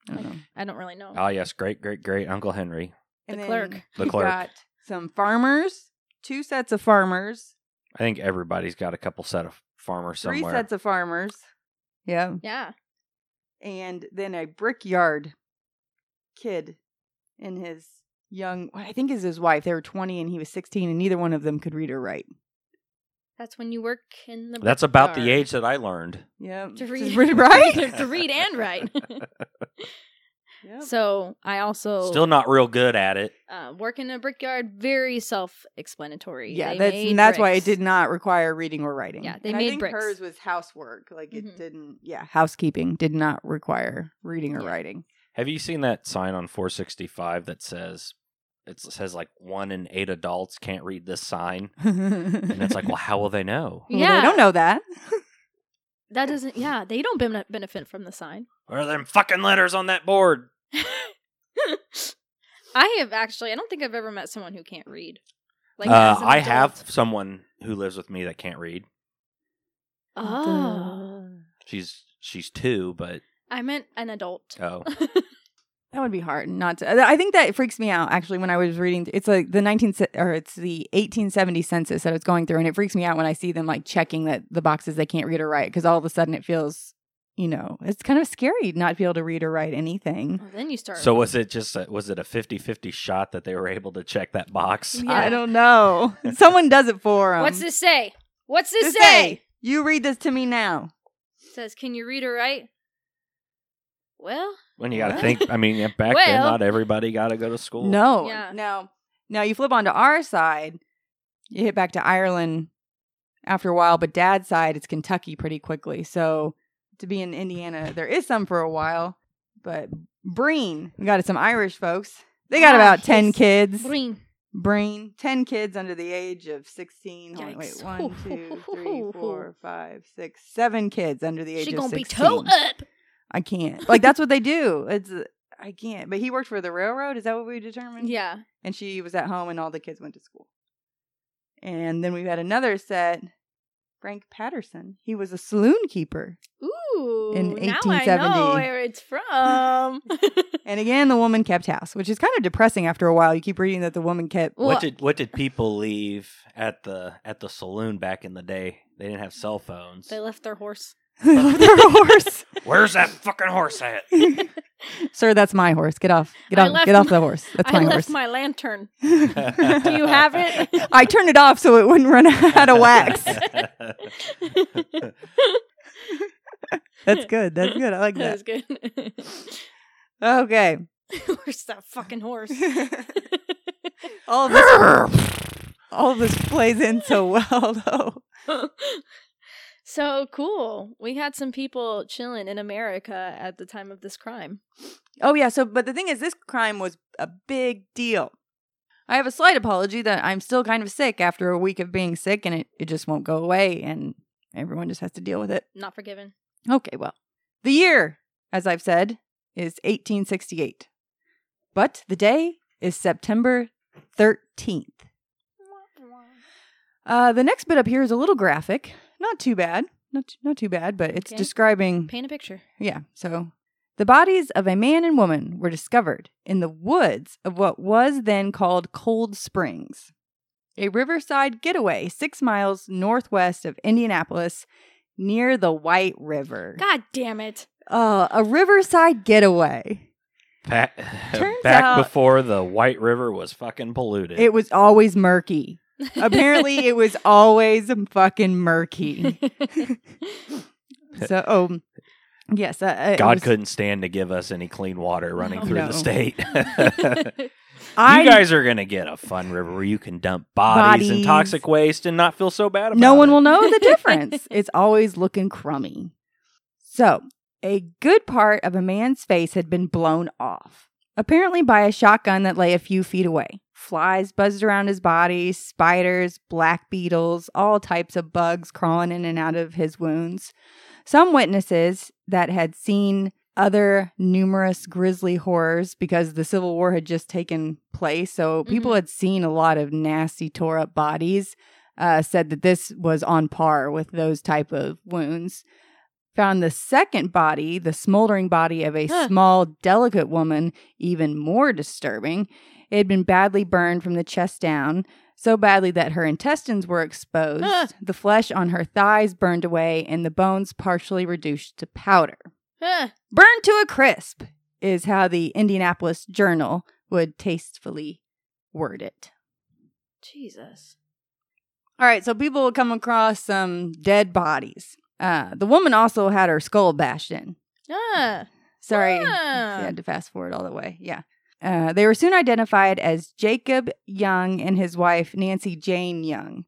Speaker 2: I don't know.
Speaker 3: I don't really know.
Speaker 1: ah yes, great, great, great Uncle Henry.
Speaker 3: The
Speaker 2: then
Speaker 3: clerk.
Speaker 1: The
Speaker 2: you've
Speaker 1: clerk.
Speaker 2: Got some farmers, two sets of farmers,
Speaker 1: I think everybody's got a couple set of farmers somewhere.
Speaker 2: three sets of farmers. Yeah.
Speaker 3: yeah.
Speaker 2: and then a brickyard kid and his young I think is his wife. They were 20 and he was 16 and neither one of them could read or write.
Speaker 3: That's when you work in the
Speaker 1: That's about the
Speaker 3: brickyard.
Speaker 1: age that I learned.
Speaker 2: Yeah.
Speaker 3: to read
Speaker 2: right?
Speaker 3: to read and write.
Speaker 2: Yep.
Speaker 3: so I also
Speaker 1: Still not real good at it.
Speaker 3: uh, work in a brickyard. Very self-explanatory.
Speaker 2: yeah,
Speaker 3: They
Speaker 2: that's
Speaker 3: made
Speaker 2: and that's why it
Speaker 3: bricks.
Speaker 2: did not require reading or writing.
Speaker 3: Yeah, they
Speaker 2: and
Speaker 3: made
Speaker 2: I think
Speaker 3: bricks.
Speaker 2: hers was housework. Like it
Speaker 3: Mhm.
Speaker 2: didn't yeah, housekeeping did not require reading or
Speaker 3: Yeah.
Speaker 2: writing.
Speaker 1: Have you seen that sign on 465 that says it says like one in eight adults can't read this sign? And
Speaker 2: and
Speaker 1: it's like, well, how will they know?
Speaker 2: they
Speaker 3: Yeah.
Speaker 2: don't know that.
Speaker 3: That doesn't. Yeah, they don't ben- benefit from the sign.
Speaker 1: What are them fucking letters on that board?
Speaker 3: I have actually. I don't think I've ever met someone who can't read.
Speaker 1: uh,
Speaker 3: as an
Speaker 1: I
Speaker 3: adult.
Speaker 1: have someone who lives with me that can't read.
Speaker 2: uh,
Speaker 3: Oh,
Speaker 1: She's she's two, but
Speaker 3: I meant an adult.
Speaker 1: oh,
Speaker 2: That would be hard not to. I think that freaks me out actually when I was reading. It's like the 19 ce- or it's the 1870 census that I was going through, and it freaks me out when I see them like checking that the boxes they can't read or write because all of a sudden it feels, you know, it's kind of scary not to be able to read or write anything.
Speaker 3: Well, then you start.
Speaker 1: so was it just a, was it a 50-50 shot that they were able to check that box?
Speaker 3: Yeah.
Speaker 2: I don't know. Someone does it for them.
Speaker 3: What's this say? What's this,
Speaker 2: This
Speaker 3: say?
Speaker 2: say? You read this to me now.
Speaker 3: Says, can you read or write? Well,
Speaker 1: When you got to
Speaker 3: What?
Speaker 1: think, I mean, yeah, back then
Speaker 3: Well-
Speaker 1: not everybody got to go to school.
Speaker 2: No,
Speaker 3: Yeah.
Speaker 2: no. Now you flip onto our side, you hit back to Ireland after a while, but dad's side, it's Kentucky pretty quickly. So to be in Indiana, there is some for a while, but Breen, we got some Irish folks. They got
Speaker 3: Ah,
Speaker 2: about 10
Speaker 3: yes.
Speaker 2: kids.
Speaker 3: green.
Speaker 2: Breen, 10 kids under the age of 16. Hold on, wait,
Speaker 3: Yikes.
Speaker 2: one, two, three, four, five, six, seven kids under the age
Speaker 3: She
Speaker 2: of 16.
Speaker 3: gonna be toe up.
Speaker 2: I can't. Like, that's what they do. It's, uh, I can't. But he worked for the railroad. Is that what we determined?
Speaker 3: Yeah.
Speaker 2: and she was at home and all the kids went to school. And then we had another set, Frank Patterson. He was a saloon keeper.
Speaker 3: Ooh.
Speaker 2: In
Speaker 3: Now I know
Speaker 2: 1870.
Speaker 3: where it's from.
Speaker 2: And again, the woman kept house, which is kind of depressing after a while. You keep reading that the woman kept.
Speaker 1: what did what did people leave at the at the saloon back in the day? They didn't have cell phones.
Speaker 3: they left their horse.
Speaker 2: their horse.
Speaker 1: Where's that fucking horse at?
Speaker 2: Sir, that's my horse. Get off. Get
Speaker 3: I
Speaker 2: off.
Speaker 3: left
Speaker 2: Get off
Speaker 3: my-
Speaker 2: the horse. That's
Speaker 3: I
Speaker 2: my
Speaker 3: left
Speaker 2: horse.
Speaker 3: my lantern.
Speaker 1: Do
Speaker 3: you have it?
Speaker 2: I turned it off so it wouldn't run out of wax. That's good. That's good. I like
Speaker 3: that
Speaker 2: that.
Speaker 3: was good.
Speaker 2: Okay.
Speaker 3: Where's that fucking horse?
Speaker 2: all of this, all of this plays in so well, though.
Speaker 3: so cool. We had some people chilling in America at the time of this crime.
Speaker 2: Oh yeah. So, but the thing is, this crime was a big deal. I have a slight apology that I'm still kind of sick after a week of being sick and it, it just won't go away and everyone just has to deal with it.
Speaker 3: Not forgiven.
Speaker 2: Okay, well, the year, as I've said, is 1868. But the day is September 13th. Uh, the next bit up here is a little graphic. Not too bad. Not, t- not too bad, but it's
Speaker 3: Okay.
Speaker 2: describing
Speaker 3: Paint a picture.
Speaker 2: yeah. So the bodies of a man and woman were discovered in the woods of what was then called Cold Springs, a riverside getaway six miles northwest of Indianapolis near the White River.
Speaker 3: God damn it.
Speaker 2: Uh, a riverside getaway.
Speaker 1: Back,
Speaker 2: Turns
Speaker 1: back
Speaker 2: out-
Speaker 1: before the White River was fucking polluted.
Speaker 2: It was always murky. Apparently, it was always fucking murky. So, um, yes. Uh, uh, it
Speaker 1: God
Speaker 2: was- Oh,
Speaker 1: couldn't stand to give us any clean water running
Speaker 3: No.
Speaker 1: through
Speaker 2: No.
Speaker 1: the state.
Speaker 2: I,
Speaker 1: you guys are gonna get a fun river where you can dump bodies, and
Speaker 2: Bodies.
Speaker 1: toxic waste and not feel so bad about
Speaker 2: no one
Speaker 1: it.
Speaker 2: will know the difference. it's always looking crummy. So, a good part of a man's face had been blown off, apparently by a shotgun that lay a few feet away. Flies buzzed around his body, spiders, black beetles, all types of bugs crawling in and out of his wounds. Some witnesses that had seen other numerous grisly horrors because the Civil War had just taken place. So people
Speaker 3: Mhm.
Speaker 2: had seen a lot of nasty, tore up bodies. Uh, said that this was on par with those type of wounds. Found the second body, the smoldering body of a
Speaker 3: Huh.
Speaker 2: small, delicate woman, even more disturbing. It had been badly burned from the chest down, so badly that her intestines were exposed,
Speaker 3: Huh.
Speaker 2: the flesh on her thighs burned away, and the bones partially reduced to powder.
Speaker 3: Huh.
Speaker 2: Burned to a crisp is how the Indianapolis Journal would tastefully word it.
Speaker 3: Jesus.
Speaker 2: All right, so people will come across some dead bodies. Uh, the woman also had her skull bashed in.
Speaker 3: Ah.
Speaker 2: Sorry,
Speaker 3: Ah.
Speaker 2: I had to fast forward all the way. Yeah. Uh, they were soon identified as Jacob Young and his wife, Nancy Jane Young,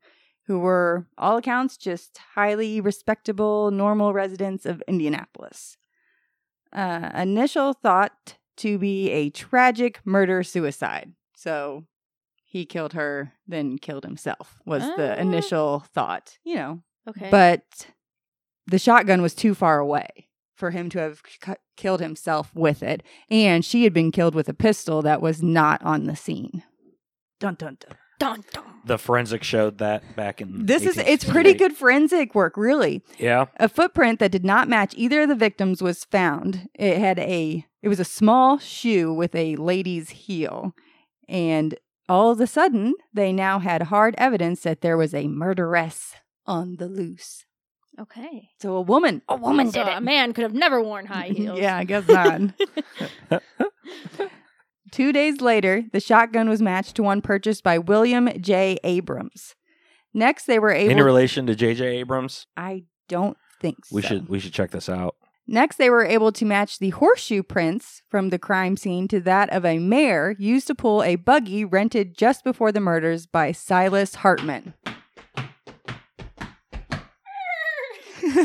Speaker 2: who were, all accounts, just highly respectable, normal residents of Indianapolis. Uh, initial thought to be a tragic murder suicide. So he killed her, then killed himself, was
Speaker 3: Ah.
Speaker 2: the initial thought, you know,
Speaker 3: Okay.
Speaker 2: but the shotgun was too far away for him to have c- killed himself with it and she had been killed with a pistol that was not on the scene dun dun dun
Speaker 3: dun, dun.
Speaker 1: The forensic showed that back in.
Speaker 2: this is it's pretty
Speaker 1: 1868.
Speaker 2: good forensic work really
Speaker 1: Yeah,
Speaker 2: a footprint that did not match either of the victims was found it had a it was a small shoe with a lady's heel and all of a sudden they now had hard evidence that there was a murderess on the loose
Speaker 3: Okay.
Speaker 2: so a woman a woman
Speaker 3: so
Speaker 2: did it
Speaker 3: a man could have never worn high heels.
Speaker 2: yeah, I guess not. Two days later, the shotgun was matched to one purchased by William J. Abrams. Next, they were able.
Speaker 1: in relation to J.J. Abrams,
Speaker 2: I don't think so.
Speaker 1: we should we should check this out.
Speaker 2: Next, they were able to match the horseshoe prints from the crime scene to that of a mare used to pull a buggy rented just before the murders by Silas Hartman.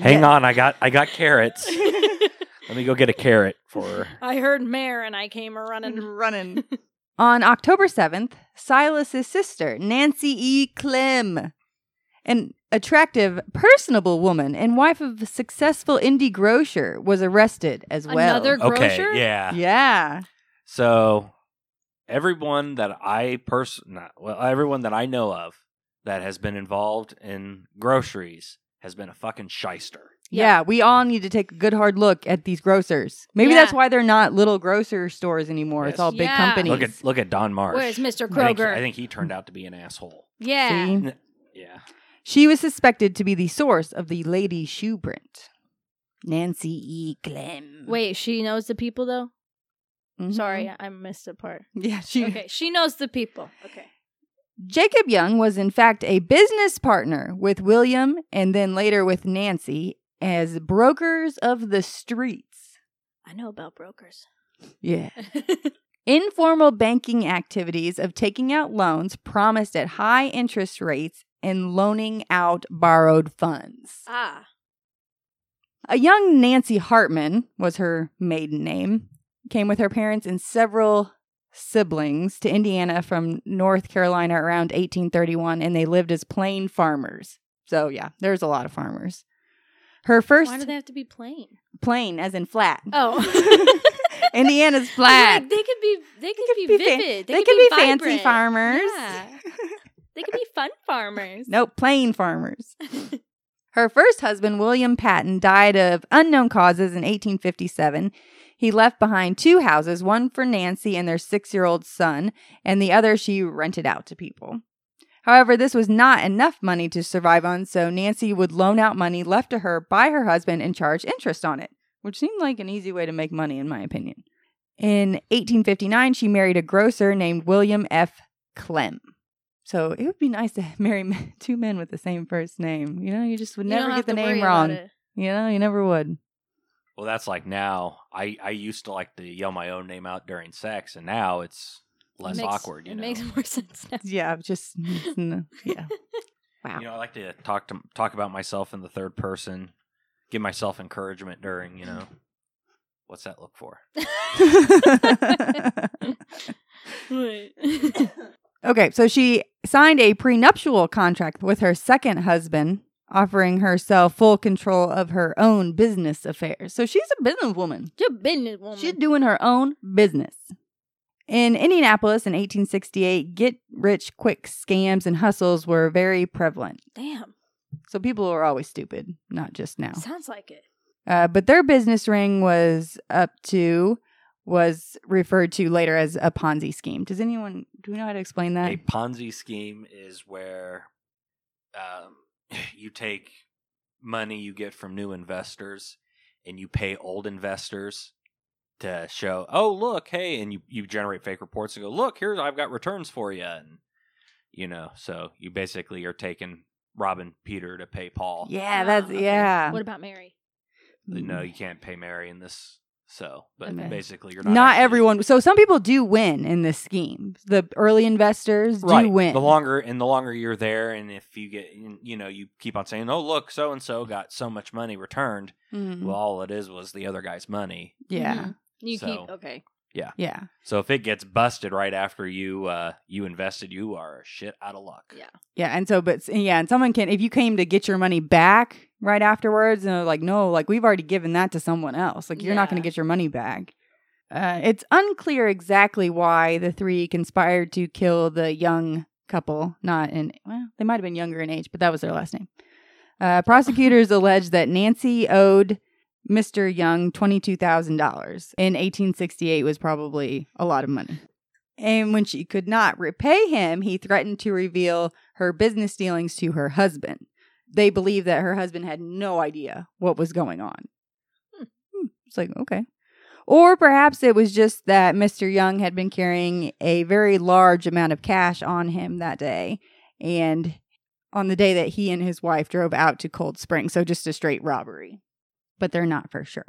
Speaker 1: Hang on, I got I got carrots. Let me go get a carrot for her.
Speaker 3: I heard mare and I came a
Speaker 2: Mm-hmm.
Speaker 3: running.
Speaker 2: running. On October 7th, Silas's sister, Nancy E. Clem, an attractive, personable woman and wife of a successful indie grocer, was arrested as well.
Speaker 3: Another grocer?
Speaker 1: Okay, Oh, yeah.
Speaker 2: yeah.
Speaker 1: So everyone that I person well, everyone that I know of that has been involved in groceries has been a fucking shyster.
Speaker 2: Yeah, we all need to take a good hard look at these grocers. Maybe
Speaker 3: Yeah.
Speaker 2: that's why they're not little grocer stores anymore.
Speaker 1: Yes.
Speaker 2: It's all big
Speaker 3: Yeah.
Speaker 2: companies.
Speaker 1: Look at look at Don Marsh.
Speaker 3: Where's Mr.
Speaker 1: I think, he-
Speaker 3: Kroger?
Speaker 1: I think he turned out to be an asshole.
Speaker 3: yeah.
Speaker 2: See?
Speaker 1: Yeah.
Speaker 2: She was suspected to be the source of the lady shoe print. Nancy E. Clem.
Speaker 3: Wait, she knows the people though?
Speaker 2: Mhm.
Speaker 3: Sorry, I missed a part.
Speaker 2: Yeah, she
Speaker 3: Okay, she knows the people. Okay.
Speaker 2: Jacob Young was, in fact, a business partner with William and then later with Nancy as brokers of the streets.
Speaker 3: I know about brokers.
Speaker 2: Yeah. Informal banking activities of taking out loans promised at high interest rates and loaning out borrowed funds.
Speaker 3: ah.
Speaker 2: A young Nancy Hartman was her maiden name, came with her parents and several siblings to Indiana from North Carolina around 1831, and they lived as plain farmers. So, yeah, there's a lot of farmers. Her first
Speaker 3: Why do they have to be plain?
Speaker 2: plain, as in flat.
Speaker 3: Oh.
Speaker 2: Indiana's
Speaker 3: I
Speaker 2: flat.
Speaker 3: was like, they could be. They could,
Speaker 2: could
Speaker 3: be,
Speaker 2: be fan-
Speaker 3: vivid.
Speaker 2: they could be fancy
Speaker 3: vibrant.
Speaker 2: farmers.
Speaker 3: Yeah. they could be fun farmers.
Speaker 2: No, plain farmers. Her first husband, William Patton, died of unknown causes in 1857. He left behind two houses, one for Nancy and their six year old son, and the other she rented out to people. However, this was not enough money to survive on, so Nancy would loan out money left to her by her husband and charge interest on it, which seemed like an easy way to make money, in my opinion. In 1859, she married a grocer named William F. Clem. So it would be nice to marry men- two men with the same first name. You know, you just would
Speaker 3: You
Speaker 2: never
Speaker 3: don't
Speaker 2: get
Speaker 3: have
Speaker 2: the
Speaker 3: to worry
Speaker 2: name
Speaker 3: about
Speaker 2: wrong.
Speaker 3: it.
Speaker 2: You know, you never would.
Speaker 1: Well, that's like now. I I used to like to yell my own name out during sex, and now it's less
Speaker 3: Makes-
Speaker 1: awkward. You
Speaker 3: it
Speaker 1: know,
Speaker 3: makes more sense now.
Speaker 2: Yeah, just n- yeah. Wow.
Speaker 1: you know, I like to talk to talk about myself in the third person, give myself encouragement during. You know, what's that look for?
Speaker 2: okay, so she signed a prenuptial contract with her second husband, offering herself full control of her own business affairs. So she's a businesswoman.
Speaker 3: You're a business woman.
Speaker 2: She's doing her own business. In Indianapolis in 1868, get rich quick scams and hustles were very prevalent.
Speaker 3: Damn.
Speaker 2: So people were always stupid, not just now.
Speaker 3: Sounds like it.
Speaker 2: Uh, but their business ring was up to was referred to later as a Ponzi scheme. Does anyone do we know how to explain that?
Speaker 1: A Ponzi scheme is where um, you take money you get from new investors and you pay old investors to show, oh, look, hey, and you, you generate fake reports and go, look, here, I've got returns for you. And, you know, so you basically are taking robbing Peter to pay Paul.
Speaker 2: Yeah, Mm.
Speaker 3: Ah,
Speaker 2: that's
Speaker 3: okay.
Speaker 2: yeah.
Speaker 3: What about Mary?
Speaker 1: No, you can't pay Mary in this. So, but
Speaker 3: Okay.
Speaker 1: basically, you're
Speaker 2: not,
Speaker 1: not. actually-
Speaker 2: everyone. So some people do win in this scheme. The early investors do
Speaker 1: right.
Speaker 2: win.
Speaker 1: The longer and the longer you're there, and if you get, you know, you keep on saying, "Oh, look, so and so got so much money returned."
Speaker 2: Mhm.
Speaker 1: Well, all it is was the other guy's money.
Speaker 2: yeah,
Speaker 3: Mhm. You
Speaker 1: So-
Speaker 3: keep okay.
Speaker 2: yeah.
Speaker 1: So if it gets busted right after you uh, you invested, you are shit out of luck.
Speaker 3: Yeah.
Speaker 2: Yeah, and so, but yeah, and someone can, if you came to get your money back right afterwards, and they're like, no, like we've already given that to someone else. Like you're not going
Speaker 3: Yeah.
Speaker 2: to get your money back. Uh, it's unclear exactly why the three conspired to kill the young couple. Not in, well, they might have been younger in age, but that was their last name. Uh, prosecutors allege that Nancy owed Mr. Young $22,000 in 1868 was probably a lot of money. And when she could not repay him, he threatened to reveal her business dealings to her husband. They believe that her husband had no idea what was going on.
Speaker 3: Hmm.
Speaker 2: Hmm, It's like, okay. Or perhaps it was just that Mr. Young had been carrying a very large amount of cash on him that day. And on the day that he and his wife drove out to Cold Spring. So just a straight robbery. But they're not for sure.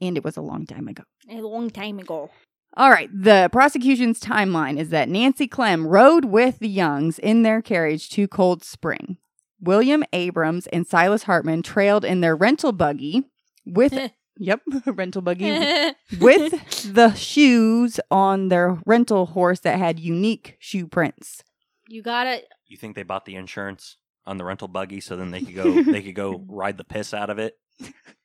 Speaker 2: And it was a long time ago.
Speaker 3: A long time ago.
Speaker 2: All right. The prosecution's timeline is that Nancy Clem rode with the Youngs in their carriage to Cold Spring. William Abrams and Silas Hartman trailed in their rental buggy with, yep, rental buggy with the shoes on their rental horse that had unique shoe prints.
Speaker 3: you got it.
Speaker 1: You think they bought the insurance on the rental buggy so then they could go they could go ride the piss out of it?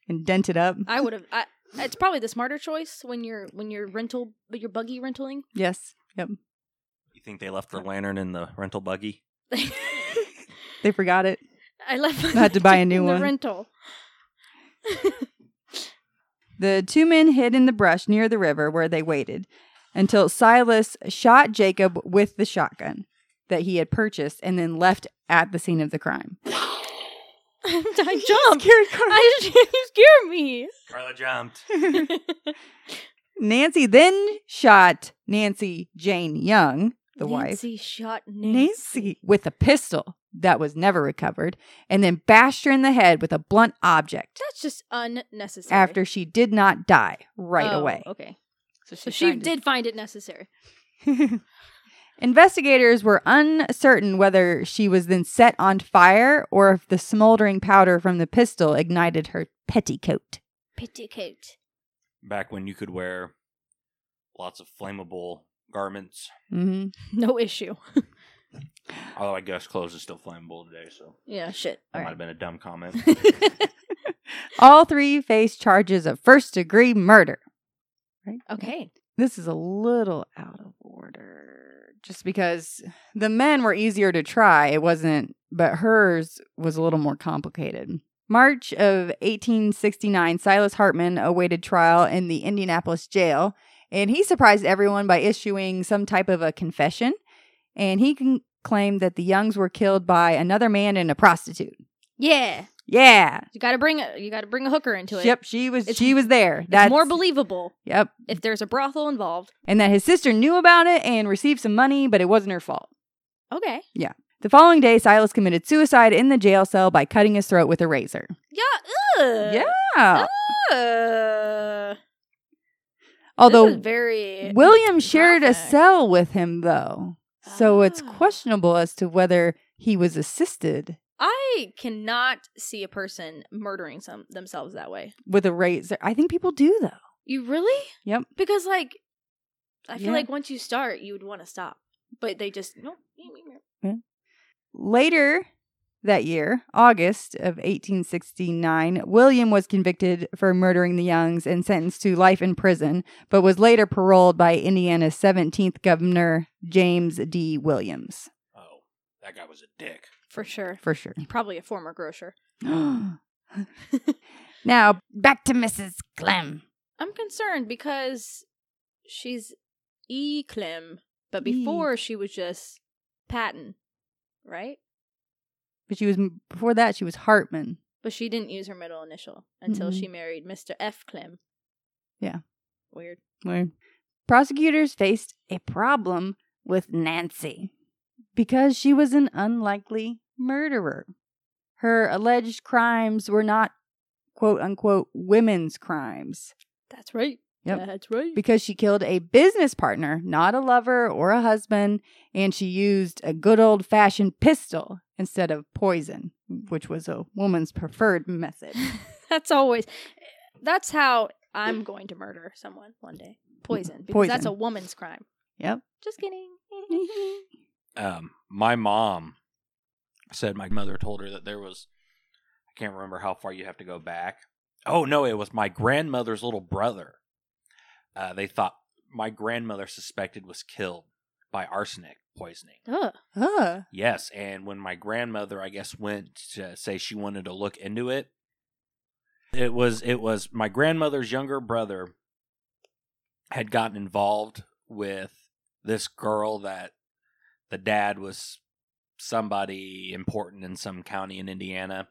Speaker 2: And dented up.
Speaker 3: I would have. I, it's probably the smarter choice when you're when you're rental you're buggy rentaling.
Speaker 2: Yes.
Speaker 1: You think they left their lantern in the rental buggy?
Speaker 3: I
Speaker 2: They forgot it.
Speaker 3: left. my
Speaker 2: Had to buy a new
Speaker 3: in the
Speaker 2: one.
Speaker 3: Rental.
Speaker 2: The two men hid in the brush near the river where they waited until Silas shot Jacob with the shotgun that he had purchased and then left at the scene of the crime.
Speaker 3: I jumped.
Speaker 2: Scared Carl.
Speaker 3: I you
Speaker 1: Carla jumped.
Speaker 3: scared me.
Speaker 2: Nancy then shot Nancy Jane Young, the wife,
Speaker 3: Nancy shot
Speaker 2: Nancy, with a pistol that was never recovered, and then bashed her in the head with a blunt object
Speaker 3: That's just unnecessary.
Speaker 2: after she did not die right
Speaker 3: Oh,
Speaker 2: away.
Speaker 3: Okay. So
Speaker 2: she's
Speaker 3: she
Speaker 2: trying to-
Speaker 3: did find it necessary.
Speaker 2: Investigators were uncertain whether she was then set on fire or if the smoldering powder from the pistol ignited her petticoat.
Speaker 3: Petticoat.
Speaker 1: Back when you could wear lots of flammable garments.
Speaker 2: Mm-hmm.
Speaker 3: No issue.
Speaker 1: Although I guess clothes is still flammable today, so
Speaker 3: Yeah, shit.
Speaker 1: that
Speaker 3: All
Speaker 1: might
Speaker 3: right.
Speaker 1: have been a dumb comment.
Speaker 2: All three face charges of first degree murder. Right?
Speaker 3: okay.
Speaker 2: This is a little out of order just because the men were easier to try. It wasn't, but hers was a little more complicated. March of 1869, Silas Hartman awaited trial in the Indianapolis jail, and he surprised everyone by issuing some type of a confession. And he con- claimed that the Youngs were killed by another man and a prostitute.
Speaker 3: Yeah.
Speaker 2: Yeah.
Speaker 3: You gotta bring a you gotta bring a hooker into it.
Speaker 2: Yep, she was
Speaker 3: It's-
Speaker 2: she was there.
Speaker 3: It's
Speaker 2: That's Mm.
Speaker 3: more believable
Speaker 2: Yep.
Speaker 3: if there's a brothel involved.
Speaker 2: And that his sister knew about it and received some money, but it wasn't her fault.
Speaker 3: Okay.
Speaker 2: The following day, Silas committed suicide in the jail cell by cutting his throat with a razor.
Speaker 3: Yeah. Ugh.
Speaker 2: Yeah.
Speaker 3: Ugh.
Speaker 2: Although
Speaker 3: Oh, This is very
Speaker 2: William shared a
Speaker 3: graphic.
Speaker 2: cell with him, though. So it's
Speaker 3: Ah.
Speaker 2: questionable as to whether he was assisted
Speaker 3: I cannot see a person murdering some themselves that way.
Speaker 2: with a razor. I think people do, though.
Speaker 3: You really?
Speaker 2: Yep.
Speaker 3: Because like, I feel
Speaker 2: Yeah.
Speaker 3: like once you start, you would want to stop, but they just nope.
Speaker 2: Later that year, August of 1869, William was convicted for murdering the Youngs and sentenced to life in prison, but was later paroled by Indiana's 17th governor, James D. Williams,
Speaker 1: oh, that guy was a dick.
Speaker 3: For sure.
Speaker 2: for sure.
Speaker 3: Probably a former grocer.
Speaker 2: now, back to Mrs. Clem.
Speaker 3: I'm concerned because she's E Clem, but before she was just Patton, right?
Speaker 2: But she was, before that, she was Hartman.
Speaker 3: But she didn't use her middle initial until
Speaker 2: Mm-mm.
Speaker 3: she married Mr. F Clem.
Speaker 2: Yeah.
Speaker 3: Weird.
Speaker 2: Where prosecutors faced a problem with Nancy because she was an unlikely murderer. Her alleged crimes were not quote unquote women's crimes
Speaker 3: That's right.
Speaker 2: Yep.
Speaker 3: That's right.
Speaker 2: because she killed a business partner, not a lover or a husband, and she used a good old fashioned pistol instead of poison, which was a woman's preferred method.
Speaker 3: that's always that's how I'm going to murder someone one day. Poison. Because that's
Speaker 2: Poison.
Speaker 3: a woman's crime.
Speaker 2: Yep.
Speaker 3: Just kidding.
Speaker 1: um, my mom said my mother told her that there was i can't remember how far you have to go back oh no it was my grandmother's little brother uh, they thought my grandmother suspected was killed by arsenic poisoning
Speaker 3: Ugh.
Speaker 2: Huh.
Speaker 1: yes and when my grandmother i guess went to say she wanted to look into it it was it was my grandmother's younger brother had gotten involved with this girl that the dad was somebody important in some county in Indiana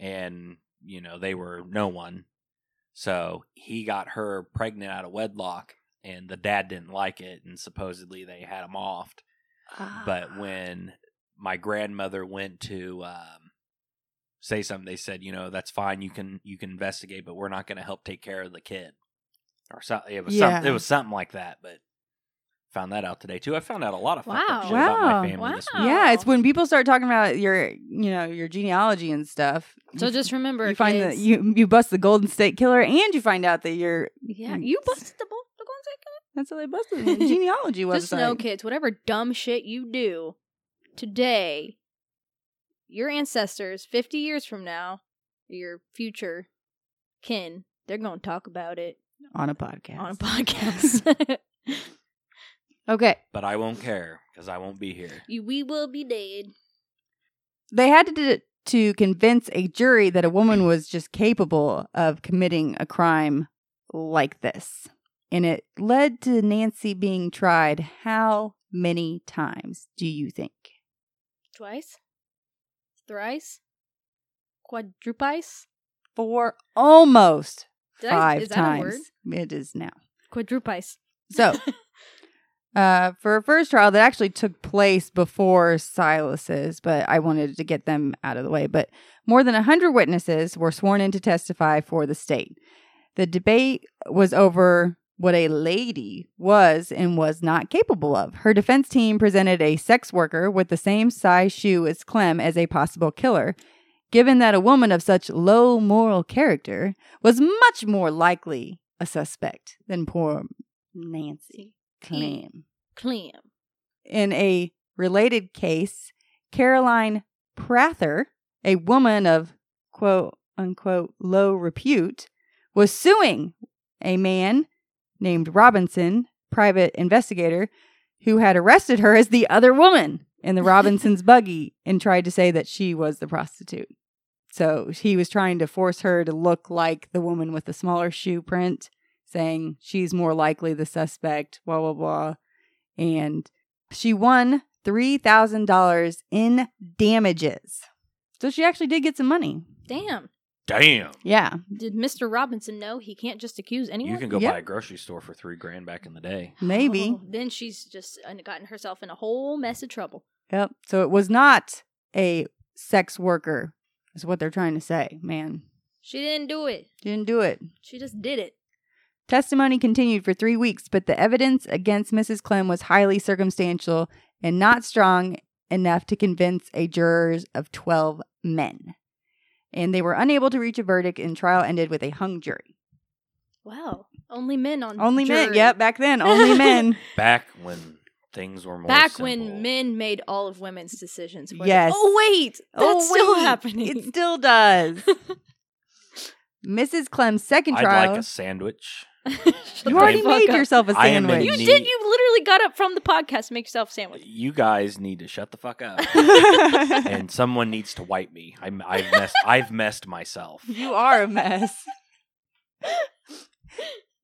Speaker 1: and you know they were no one so he got her pregnant out of wedlock and the dad didn't like it and supposedly they had him offed
Speaker 2: Ah.
Speaker 1: but
Speaker 3: Ah.
Speaker 1: when my grandmother went to um, say something they said you know that's fine you can you can investigate but we're not going to help take care of the kid or something it was some,
Speaker 2: Yeah.
Speaker 1: it was something like that but found that out today too i found out a lot of fucked
Speaker 3: Wow.
Speaker 1: up shit about
Speaker 2: Wow.
Speaker 1: my family this
Speaker 3: Wow.
Speaker 1: week
Speaker 2: Yeah, it's
Speaker 3: Oh.
Speaker 2: when people start talking about your, you know, your genealogy and stuff.
Speaker 3: So
Speaker 2: you,
Speaker 3: just remember
Speaker 2: you find that
Speaker 3: kids,
Speaker 2: you you bust the Golden State Killer, and you find out that you're
Speaker 3: Yeah, you busted the ball. The golden ticket.
Speaker 2: that's how they busted the genealogy website.
Speaker 3: Just know, kids, whatever dumb shit you do today, your ancestors, 50 years from now, your future kin, they're going to talk about it
Speaker 2: on a podcast.
Speaker 3: on a podcast.
Speaker 2: okay,
Speaker 1: but i won't care because i won't be here
Speaker 3: you, we will be dead.
Speaker 2: they had to d- to convince a jury that a woman was just capable of committing a crime like this, and it led to Nancy being tried. How many times do you think?
Speaker 3: Twice? Thrice? Quadrupice?
Speaker 2: For almost
Speaker 3: Did I-
Speaker 2: five
Speaker 3: is that a
Speaker 2: times. It is now.
Speaker 3: Quadrupice.
Speaker 2: So, uh, for a first trial that actually took place before Silas's, but I wanted to get them out of the way. But more than 100 witnesses were sworn in to testify for the state. The debate was over what a lady was and was not capable of. Her defense team presented a sex worker with the same size shoe as Clem as a possible killer. Given that a woman of such low moral character was much more likely a suspect than poor Nancy
Speaker 3: Clam.
Speaker 2: Clam.
Speaker 3: Clam.
Speaker 2: In a related case, Caroline Prather, a woman of quote unquote low repute, was suing a man named Robinson, private investigator, who had arrested her as the other woman in the Robinson's buggy and tried to say that she was the prostitute. So he was trying to force her to look like the woman with the smaller shoe print, saying she's more likely the suspect, blah, blah, blah. And she won $3,000 in damages. So she actually did get some money.
Speaker 3: Damn.
Speaker 1: Damn.
Speaker 2: Yeah.
Speaker 3: Did Mr. Robinson know he can't just accuse anyone?
Speaker 1: You can go
Speaker 2: Yeah.
Speaker 1: buy a grocery store for three grand back in the day.
Speaker 2: Maybe.
Speaker 3: Oh, then she's just un- gotten herself in a whole mess of trouble.
Speaker 2: Yep. So it was not a sex worker, is what they're trying to say. Man,
Speaker 3: She didn't do it.
Speaker 2: she didn't do it.
Speaker 3: She just did it.
Speaker 2: Testimony continued for three weeks, but the evidence against Mrs. Clem was highly circumstantial and not strong enough to convince a jurors of 12 men. And they were unable to reach a verdict, and trial ended with a hung jury.
Speaker 3: Wow. Only men on
Speaker 2: Only men.
Speaker 3: jury.
Speaker 2: Yep, back then, only men.
Speaker 1: Back when things were more
Speaker 3: Back
Speaker 1: simple.
Speaker 3: when men made all of women's decisions. where they-
Speaker 2: Yes.
Speaker 3: oh wait, that's
Speaker 2: Oh,
Speaker 3: still
Speaker 2: wait,
Speaker 3: happening.
Speaker 2: It still does. Mrs. Clem's second
Speaker 1: I'd
Speaker 2: trial.
Speaker 1: like a sandwich.
Speaker 3: Shut
Speaker 2: you
Speaker 3: the
Speaker 2: already
Speaker 3: fuck
Speaker 2: made
Speaker 3: up.
Speaker 2: yourself a
Speaker 1: I am in
Speaker 2: sandwich.
Speaker 3: You
Speaker 1: Neat.
Speaker 3: did. You literally got up from the podcast, to make yourself a sandwich.
Speaker 1: You guys need to shut the fuck up.
Speaker 2: you
Speaker 1: and someone needs to wipe me. I'm, I've messed. I've messed myself.
Speaker 2: are a mess.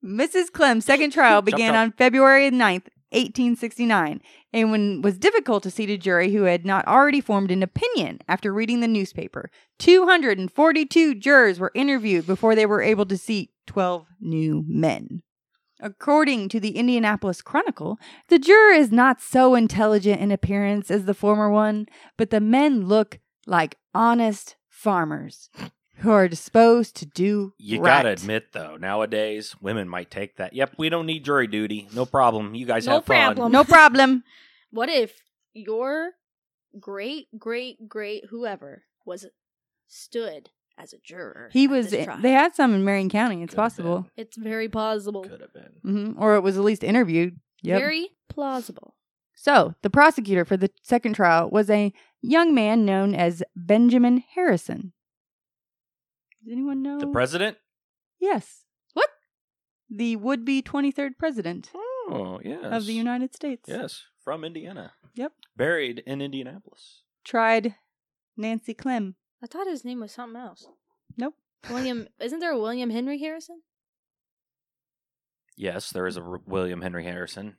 Speaker 2: Mrs. Clem's second trial
Speaker 1: Chop,
Speaker 2: began
Speaker 1: chop.
Speaker 2: on February 9th, 1869, and when was difficult to seat a jury who had not already formed an opinion after reading the newspaper. 242 jurors were interviewed before they were able to seat 12 new men. According to the Indianapolis Chronicle, the juror is not so intelligent in appearance as the former one, but the men look like honest farmers who are disposed to do
Speaker 1: You
Speaker 2: right.
Speaker 1: gotta admit though, nowadays women might take that. Yep, we don't need jury duty. No problem. You guys
Speaker 3: No
Speaker 1: have fun.
Speaker 3: problem.
Speaker 2: No problem.
Speaker 3: What if your great, great, great whoever was stood as a juror?
Speaker 2: He
Speaker 3: at
Speaker 2: was. They
Speaker 3: this trial?
Speaker 2: had some in Marion County. It's
Speaker 1: Could've
Speaker 2: possible,
Speaker 3: It's very plausible.
Speaker 1: Could have been.
Speaker 2: hmm or it was at least interviewed. Yep.
Speaker 3: Very plausible.
Speaker 2: so the prosecutor for the second trial was a young man known as Benjamin Harrison. Does anyone know?
Speaker 1: The president?
Speaker 2: yes.
Speaker 3: What?
Speaker 2: The would-be twenty-third president
Speaker 1: Oh yes.
Speaker 2: of the United States
Speaker 1: Yes, from Indiana.
Speaker 2: Yep.
Speaker 1: Buried in Indianapolis.
Speaker 2: tried Nancy Clem.
Speaker 3: I thought his name was something else.
Speaker 2: Nope.
Speaker 3: William, isn't there a William Henry Harrison?
Speaker 1: Yes, there is a R- William Henry Harrison,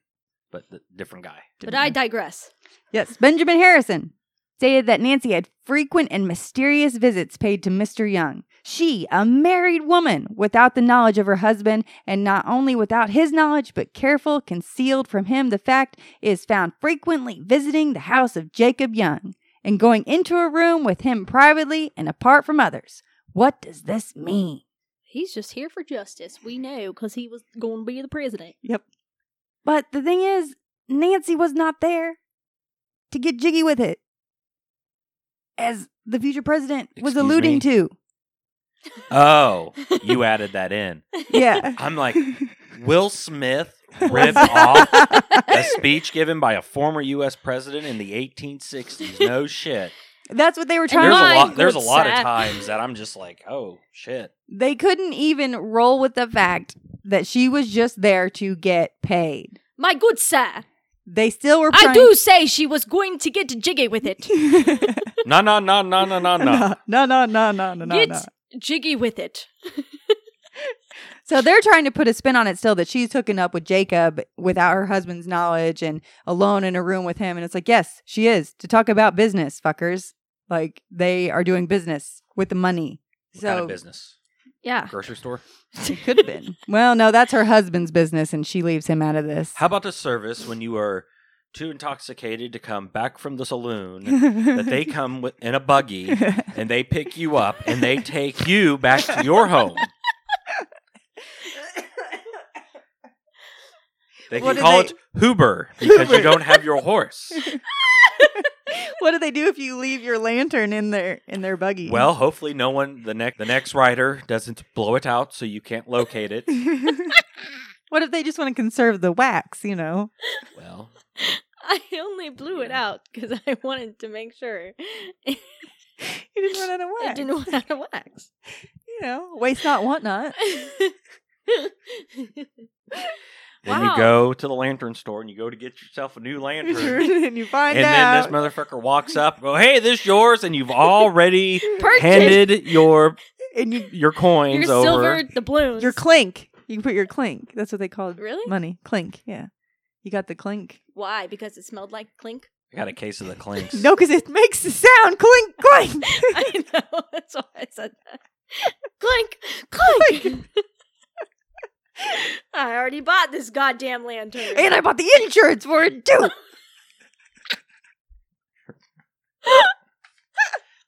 Speaker 1: but the different guy.
Speaker 3: But I digress.
Speaker 2: Yes, Benjamin Harrison stated that Nancy had frequent and mysterious visits paid to Mr. Young. She, a married woman, without the knowledge of her husband, and not only without his knowledge, but careful, concealed from him the fact, is found frequently visiting the house of Jacob Young and going into a room with him privately and apart from others. What does this mean?
Speaker 3: He's just here for justice. We know because he was going to be the president.
Speaker 2: But the thing is, Nancy was not there to get jiggy with it, as the future president was
Speaker 1: Excuse
Speaker 2: alluding
Speaker 1: me?
Speaker 2: to.
Speaker 1: Oh, you added that in.
Speaker 2: Yeah.
Speaker 1: I'm like, Will Smith ripped off a speech given by a former U.S. president in the 1860s. No shit.
Speaker 2: That's what they were
Speaker 3: And
Speaker 1: There's
Speaker 2: trying
Speaker 1: a
Speaker 2: to.
Speaker 3: my
Speaker 1: lot. There's a
Speaker 3: good
Speaker 1: lot of
Speaker 3: sir.
Speaker 1: times that I'm just like, oh shit.
Speaker 2: They couldn't even roll with the fact that she was just there to get paid.
Speaker 3: My good sir,
Speaker 2: They still were. Trying
Speaker 3: I do say she was going to get jiggy with it.
Speaker 1: No, no, no, no, no, no, no.
Speaker 2: no, no, no, no, no, no,
Speaker 3: Get
Speaker 2: no.
Speaker 3: jiggy with it.
Speaker 2: So they're trying to put a spin on it still that she's hooking up with Jacob without her husband's knowledge and alone in a room with him. And it's like, yes, she is to talk about business, fuckers. Like they are doing business with the money.
Speaker 1: What
Speaker 2: so
Speaker 1: kind of business?
Speaker 3: Yeah.
Speaker 1: Grocery store.
Speaker 2: it could have been. well, no, that's her husband's business, and she leaves him out of this.
Speaker 1: How about the service when you are too intoxicated to come back from the saloon? that
Speaker 2: that
Speaker 1: they come with, in a buggy and they pick you up and they take you back to your home. They can
Speaker 2: What do
Speaker 1: call
Speaker 2: they-
Speaker 1: it Huber because
Speaker 2: Hoover.
Speaker 1: you don't have your horse.
Speaker 2: what do they do if you leave your lantern in their in their buggy?
Speaker 1: Well, hopefully no one the next the next rider doesn't blow it out so you can't locate it.
Speaker 2: What if they just want to conserve the wax, you know?
Speaker 1: Well,
Speaker 3: I only blew it out because I wanted to make sure it
Speaker 2: You didn't run out of wax.
Speaker 3: didn't run out of wax.
Speaker 2: You know, waste not, want not.
Speaker 1: then
Speaker 3: Wow.
Speaker 1: you go to the lantern store and you go to get yourself a new lantern.
Speaker 2: and you find
Speaker 1: And then
Speaker 2: out.
Speaker 1: this motherfucker walks up, go, hey, this yours, and you've already
Speaker 3: Purchase
Speaker 1: handed your
Speaker 2: and you,
Speaker 1: your coins
Speaker 3: your
Speaker 1: over.
Speaker 3: silver doubloons.
Speaker 2: your clink. You can put your clink. That's what they called
Speaker 3: Really?
Speaker 2: money. Clink. Yeah. You got the clink.
Speaker 3: Why? Because it smelled like clink.
Speaker 1: I got a case of the clinks.
Speaker 2: No, because it makes the sound clink, clink.
Speaker 3: I know. That's why I said that. clink, clink. I already bought this goddamn lantern.
Speaker 2: and I bought the insurance for it too.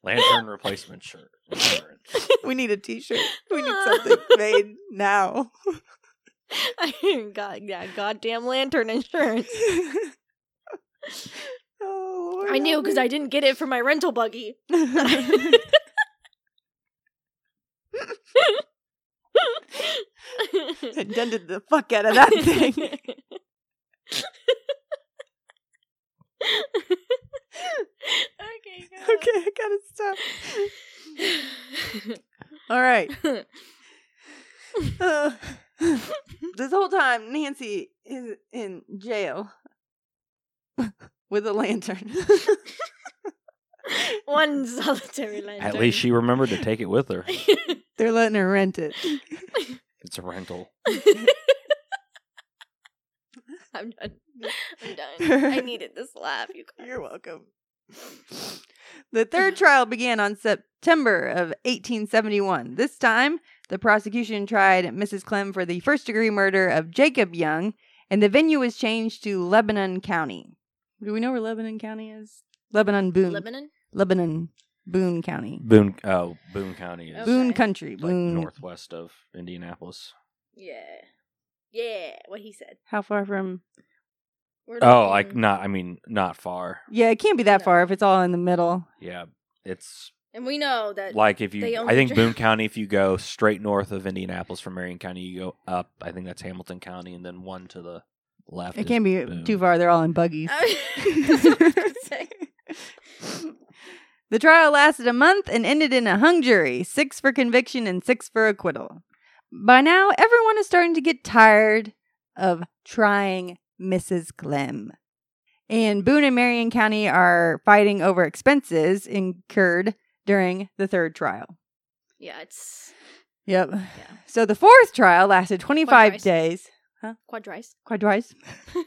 Speaker 1: Lantern replacement shirt. Insurance.
Speaker 2: we need a t shirt. We need something made now.
Speaker 3: I got yeah, goddamn lantern insurance.
Speaker 2: oh, Lord,
Speaker 3: I knew
Speaker 2: help
Speaker 3: because
Speaker 2: me.
Speaker 3: I didn't get it for my rental buggy.
Speaker 2: I dented the fuck out of that thing.
Speaker 3: okay. Go.
Speaker 2: okay, I gotta stop. All right. Uh, this whole time, Nancy is in jail with a lantern.
Speaker 3: One solitary lantern.
Speaker 1: At least she remembered to take it with her.
Speaker 2: They're letting her rent it.
Speaker 1: It's a rental.
Speaker 3: I'm done. I'm done. I needed this laugh. You guys.
Speaker 2: You're welcome. The third trial began on September of 1871. This time, the prosecution tried Mrs. Clem for the first degree murder of Jacob Young, and the venue was changed to Lebanon County. Do we know where Lebanon County is? Lebanon Boone.
Speaker 3: Lebanon.
Speaker 2: Lebanon Boone County.
Speaker 1: Boone, oh, Boone County is
Speaker 3: Okay.
Speaker 2: Boone Country.
Speaker 1: like
Speaker 2: Boone.
Speaker 1: northwest of Indianapolis.
Speaker 3: Yeah. Yeah. What he said.
Speaker 2: How far from?
Speaker 3: We're
Speaker 1: Oh, like
Speaker 3: looking-
Speaker 1: not. I mean, not far.
Speaker 2: Yeah, it can't be that
Speaker 3: No.
Speaker 2: far if it's all in the middle.
Speaker 1: Yeah, it's
Speaker 3: And we know that.
Speaker 1: like if
Speaker 3: they
Speaker 1: you.
Speaker 3: only
Speaker 1: I think
Speaker 3: dri-
Speaker 1: Boone County. If you go straight north of Indianapolis from Marion County, you go up. I think that's Hamilton County, and then one to the left.
Speaker 2: It
Speaker 1: is
Speaker 2: can't be
Speaker 1: Boone.
Speaker 2: too far. They're all in buggies.
Speaker 3: That's what I was gonna say.
Speaker 2: The trial lasted a month and ended in a hung jury, six for conviction and six for acquittal. By now, everyone is starting to get tired of trying Mrs. Clem. And Boone and Marion County are fighting over expenses incurred during the third trial.
Speaker 3: yeah, it's
Speaker 2: Yep. So the fourth trial lasted 25
Speaker 3: Quadrice.
Speaker 2: days.
Speaker 3: quadrice.
Speaker 2: Quadrice.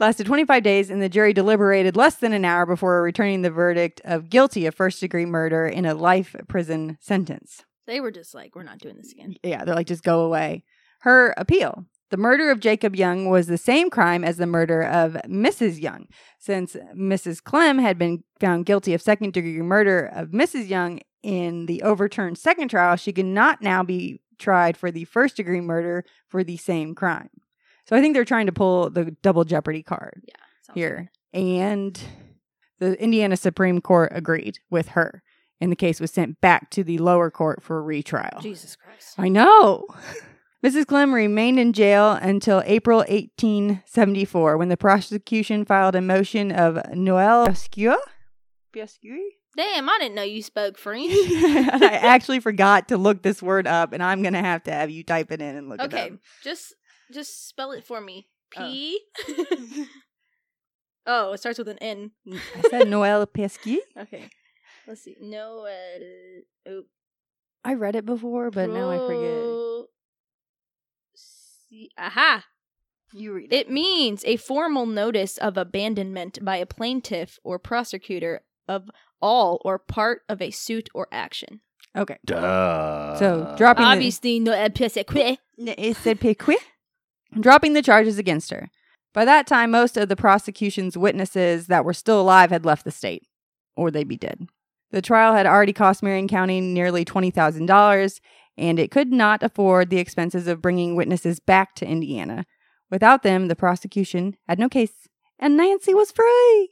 Speaker 2: lasted 25 days and the jury deliberated less than an hour before returning the verdict of guilty of first degree murder in a life prison sentence.
Speaker 3: They were just like, we're not doing this again.
Speaker 2: Yeah, they're like, just go away. Her appeal. The murder of Jacob Young was the same crime as the murder of Mrs. Young. Since Mrs. Clem had been found guilty of second degree murder of Mrs. Young in the overturned second trial, she could not now be tried for the first degree murder for the same crime. So I think they're trying to pull the double jeopardy card
Speaker 3: Yeah. sounds
Speaker 2: here. And the Indiana Supreme Court agreed with her. And the case was sent back to the lower court for retrial.
Speaker 3: good. Jesus Christ.
Speaker 2: I know. Mrs. Clem remained in jail until April 1874 when the prosecution filed a motion of Noel Piascua. Piascui?
Speaker 3: Damn, I didn't know you spoke French.
Speaker 2: And I actually forgot to look this word up, and I'm going to have to have you type it in and look
Speaker 3: okay,
Speaker 2: it up.
Speaker 3: just just spell it for me.
Speaker 2: Oh.
Speaker 3: P. Oh. it starts with an N.
Speaker 2: I said Noel Piascui.
Speaker 3: Okay, let's see. No. Uh, oh,
Speaker 2: I read it before, but now I forget.
Speaker 3: pro- See, aha!
Speaker 2: You read
Speaker 3: It means a formal notice of abandonment by a plaintiff or prosecutor of all or part of a suit or action.
Speaker 2: Okay.
Speaker 1: Duh.
Speaker 2: So, dropping I mean, the-
Speaker 3: Obviously, no uh, pièce à quoi.
Speaker 2: N- it said Pequi, dropping the charges against her. By that time, most of the prosecution's witnesses that were still alive had left the state, or they'd be dead. The trial had already cost Marion County nearly $20,000, and it could not afford the expenses of bringing witnesses back to Indiana. Without them, the prosecution had no case, and Nancy was free.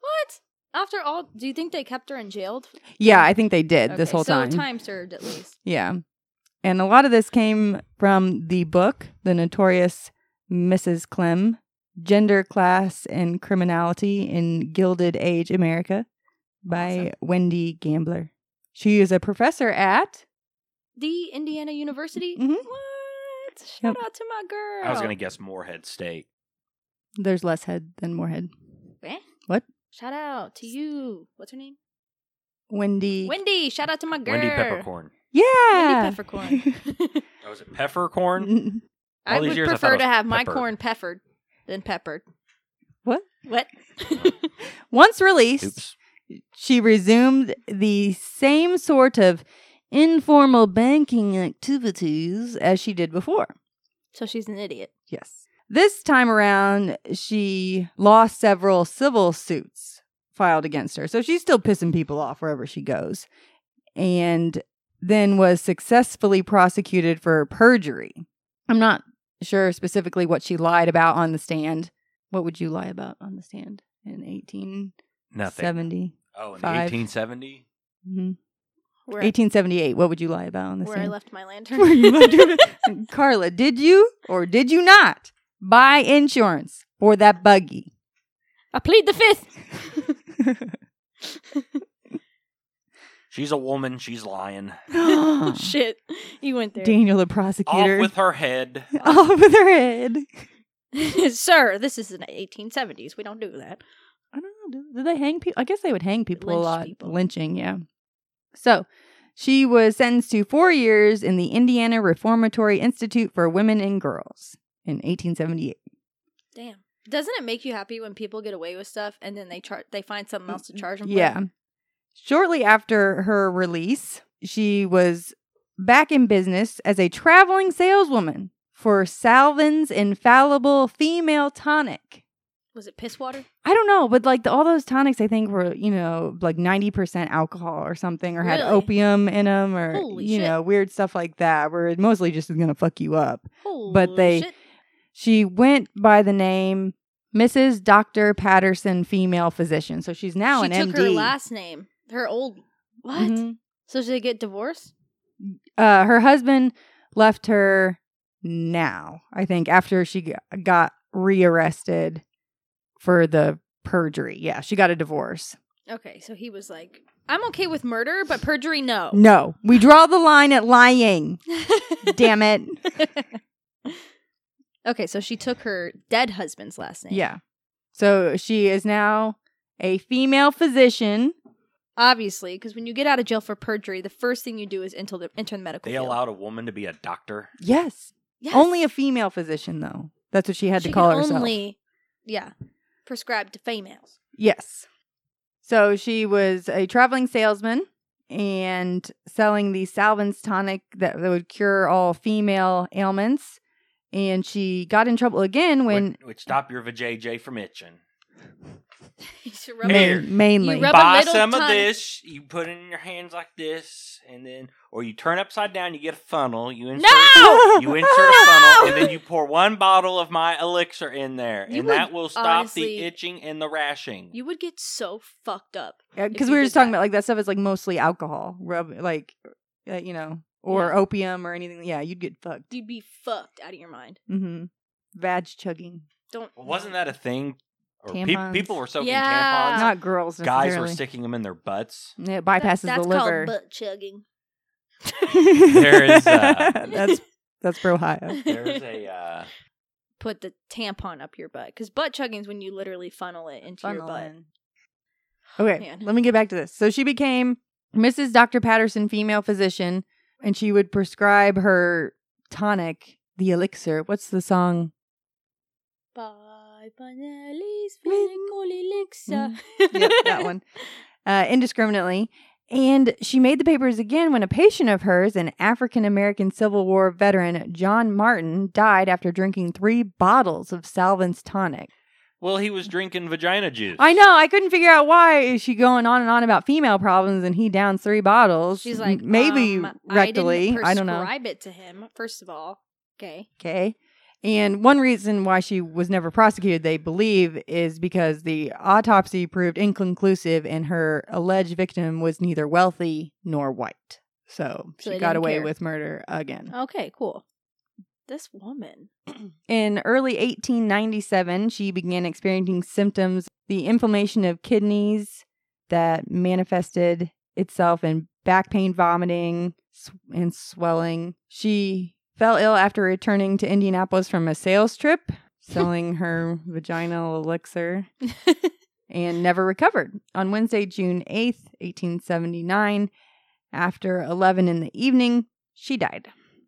Speaker 3: What? After all, do you think they kept her in jail?
Speaker 2: Yeah, I think they did Uh, this
Speaker 3: Okay,
Speaker 2: whole
Speaker 3: so
Speaker 2: time.
Speaker 3: time served at least.
Speaker 2: Yeah. And a lot of this came from the book, The Notorious Mrs. Clem Gender, Class, and Criminality in Gilded Age America by
Speaker 3: Awesome.
Speaker 2: Wendy Gambler. She is a professor at.
Speaker 3: The Indiana University?
Speaker 2: Mhm.
Speaker 3: What? Shout out to my Oh, girl.
Speaker 1: I was gonna guess Moorhead State.
Speaker 2: There's less head than more head.
Speaker 3: Eh?
Speaker 2: What?
Speaker 3: Shout out to you. What's her name?
Speaker 2: Wendy.
Speaker 3: Wendy. Shout out to my girl.
Speaker 1: Wendy Peppercorn.
Speaker 2: yeah.
Speaker 3: Wendy Peppercorn.
Speaker 1: Oh, is it Peppercorn?
Speaker 2: Peppercorn.
Speaker 3: I
Speaker 1: All these
Speaker 3: would
Speaker 1: years I thought
Speaker 3: prefer
Speaker 1: it was
Speaker 3: to have my
Speaker 1: peppered.
Speaker 3: corn peppered than peppered.
Speaker 2: What?
Speaker 3: What?
Speaker 2: Once released,
Speaker 1: Oops.
Speaker 2: she resumed the same sort of informal banking activities as she did before.
Speaker 3: so she's an idiot.
Speaker 2: Yes. This time around, she lost several civil suits filed against her. So she's still pissing people off wherever she goes. And then was successfully prosecuted for perjury. I'm not sure specifically what she lied about on the stand. What would you lie about on the stand in 1870?
Speaker 1: Nothing. Oh, in
Speaker 2: five.
Speaker 1: 1870.
Speaker 2: hmm
Speaker 3: Where,
Speaker 2: 1878. What would you lie about on the
Speaker 3: where I
Speaker 2: stand?
Speaker 3: left my lantern.
Speaker 2: Where you left your- Carla, did you or did you not buy insurance for that buggy?
Speaker 3: I plead the fifth. Oh,
Speaker 1: She's a woman. She's lying.
Speaker 2: Uh-huh.
Speaker 3: Oh, shit. You went there.
Speaker 2: Daniel, the
Speaker 1: Off
Speaker 2: prosecutor,
Speaker 1: with her head.
Speaker 2: Off with her head.
Speaker 3: Sir, this is the 1870s. We don't do that.
Speaker 2: I don't know. Do, do they hang people? I guess they would hang people a
Speaker 3: Lynch
Speaker 2: lot.
Speaker 3: people.
Speaker 2: Lynching, yeah. So she was sentenced to four years in the Indiana Reformatory Institute for Women and Girls in 1878.
Speaker 3: Damn. Doesn't it make you happy when people get away with stuff and then they char- they find something else to charge them? for?
Speaker 2: Yeah. Shortly after her release, she was back in business as a traveling saleswoman for Salvin's Infallible Female Tonic.
Speaker 3: Was it piss water?
Speaker 2: I don't know, but like the, all those tonics, I think were you know like ninety percent alcohol or something, or had
Speaker 3: Really?
Speaker 2: opium in them, or
Speaker 3: Holy
Speaker 2: you
Speaker 3: shit.
Speaker 2: know weird stuff like that, where it mostly just is gonna fuck you up.
Speaker 3: Holy
Speaker 2: they-
Speaker 3: shit.
Speaker 2: She went by the name Mrs. Doctor Patterson, female physician. So she's now
Speaker 3: she
Speaker 2: an
Speaker 3: took
Speaker 2: MD.
Speaker 3: her last name. Her old what?
Speaker 2: Mhm.
Speaker 3: So did they get divorced?
Speaker 2: Uh, her husband left her now. I think after she g- got rearrested for the perjury. Yeah, she got a divorce.
Speaker 3: Okay, so he was like, "I'm okay with murder, but perjury, no."
Speaker 2: No, we draw the line at lying. Damn it.
Speaker 3: okay, so she took her dead husband's last name.
Speaker 2: Yeah. So she is now a female physician.
Speaker 3: obviously, because when you get out of jail for perjury, the first thing you do is enter the enter the medical.
Speaker 1: They
Speaker 3: field.
Speaker 1: allowed a woman to be a doctor.
Speaker 2: Yes.
Speaker 3: Yes.
Speaker 2: Only a female physician, though. That's what she had
Speaker 3: She
Speaker 2: to
Speaker 3: can
Speaker 2: call herself.
Speaker 3: Only, yeah, prescribed to females.
Speaker 2: Yes. So she was a traveling salesman and selling the Salvin's tonic that, that would cure all female ailments. And she got in trouble again when
Speaker 1: Would, would stop your vajayjay from itching.
Speaker 3: You should rub
Speaker 1: Mayor.
Speaker 3: it.
Speaker 2: main, mainly.
Speaker 3: You rub- a
Speaker 1: Buy
Speaker 3: little
Speaker 1: some of
Speaker 3: tonic.
Speaker 1: this. You put it in your hands like this, and then, or you turn upside down. You get a funnel. You insert.
Speaker 3: No!
Speaker 1: You insert a funnel, and then you pour one bottle of my elixir in there,
Speaker 3: You
Speaker 1: and
Speaker 3: would
Speaker 1: that will stop
Speaker 3: honestly-
Speaker 1: the itching and the rashing.
Speaker 3: You would get so fucked up. if
Speaker 2: because Uh,
Speaker 3: you
Speaker 2: we were
Speaker 3: did
Speaker 2: just talking
Speaker 3: that.
Speaker 2: about like that stuff is like mostly alcohol, rub like uh, you know, or
Speaker 3: Yeah.
Speaker 2: opium or anything. Yeah, you'd get fucked.
Speaker 3: You'd be fucked out of your mind.
Speaker 2: Mm-hmm. Vag chugging,
Speaker 3: Don't.
Speaker 1: Well, wasn't that a thing? Or pe-
Speaker 2: Tampons.
Speaker 1: people were soaking
Speaker 3: Yeah.
Speaker 1: tampons.
Speaker 2: not girls.
Speaker 1: Guys were
Speaker 2: necessarily.
Speaker 1: sticking them in their butts.
Speaker 2: Yeah, It
Speaker 3: that-
Speaker 2: bypasses
Speaker 3: that's
Speaker 2: the liver.
Speaker 3: called butt chugging.
Speaker 1: There is, uh,
Speaker 2: that's that's for Ohio.
Speaker 1: There's a uh,
Speaker 3: put the tampon up your butt because butt chugging is when you literally funnel it into your butt.
Speaker 2: Okay,
Speaker 3: Man.
Speaker 2: let me get back to this. So she became Mrs. Dr. Patterson, female physician, and she would prescribe her tonic, the elixir. What's the song?
Speaker 3: Bye, Bonelli's
Speaker 2: Win.
Speaker 3: physical elixir.
Speaker 2: Mm. yep, that one. Uh, indiscriminately. And she made the papers again when a patient of hers, an African American Civil War veteran, John Martin, died after drinking three bottles of Salvin's tonic.
Speaker 1: well, he was drinking vagina juice.
Speaker 2: I know. I couldn't figure out why is she going on and on about female problems, and he downs three bottles.
Speaker 3: She's like,
Speaker 2: M- maybe
Speaker 3: um, I,
Speaker 2: rectally.
Speaker 3: didn't
Speaker 2: I, don't know.
Speaker 3: Prescribe it to him first of all. Okay,
Speaker 2: Okay. And one reason why she was never prosecuted, they believe, is because the autopsy proved inconclusive, and her alleged victim was neither wealthy nor white. So
Speaker 3: So
Speaker 2: she
Speaker 3: they
Speaker 2: got
Speaker 3: didn't
Speaker 2: away
Speaker 3: care.
Speaker 2: with murder again.
Speaker 3: Okay, cool. This woman.
Speaker 2: In early 1897, she began experiencing symptoms, the inflammation of kidneys that manifested itself in back pain, vomiting, s- and swelling. She fell ill after returning to Indianapolis from a sales trip, selling her vaginal elixir, and never recovered. On Wednesday, June 8th, 1879, after 11 in the evening, she died.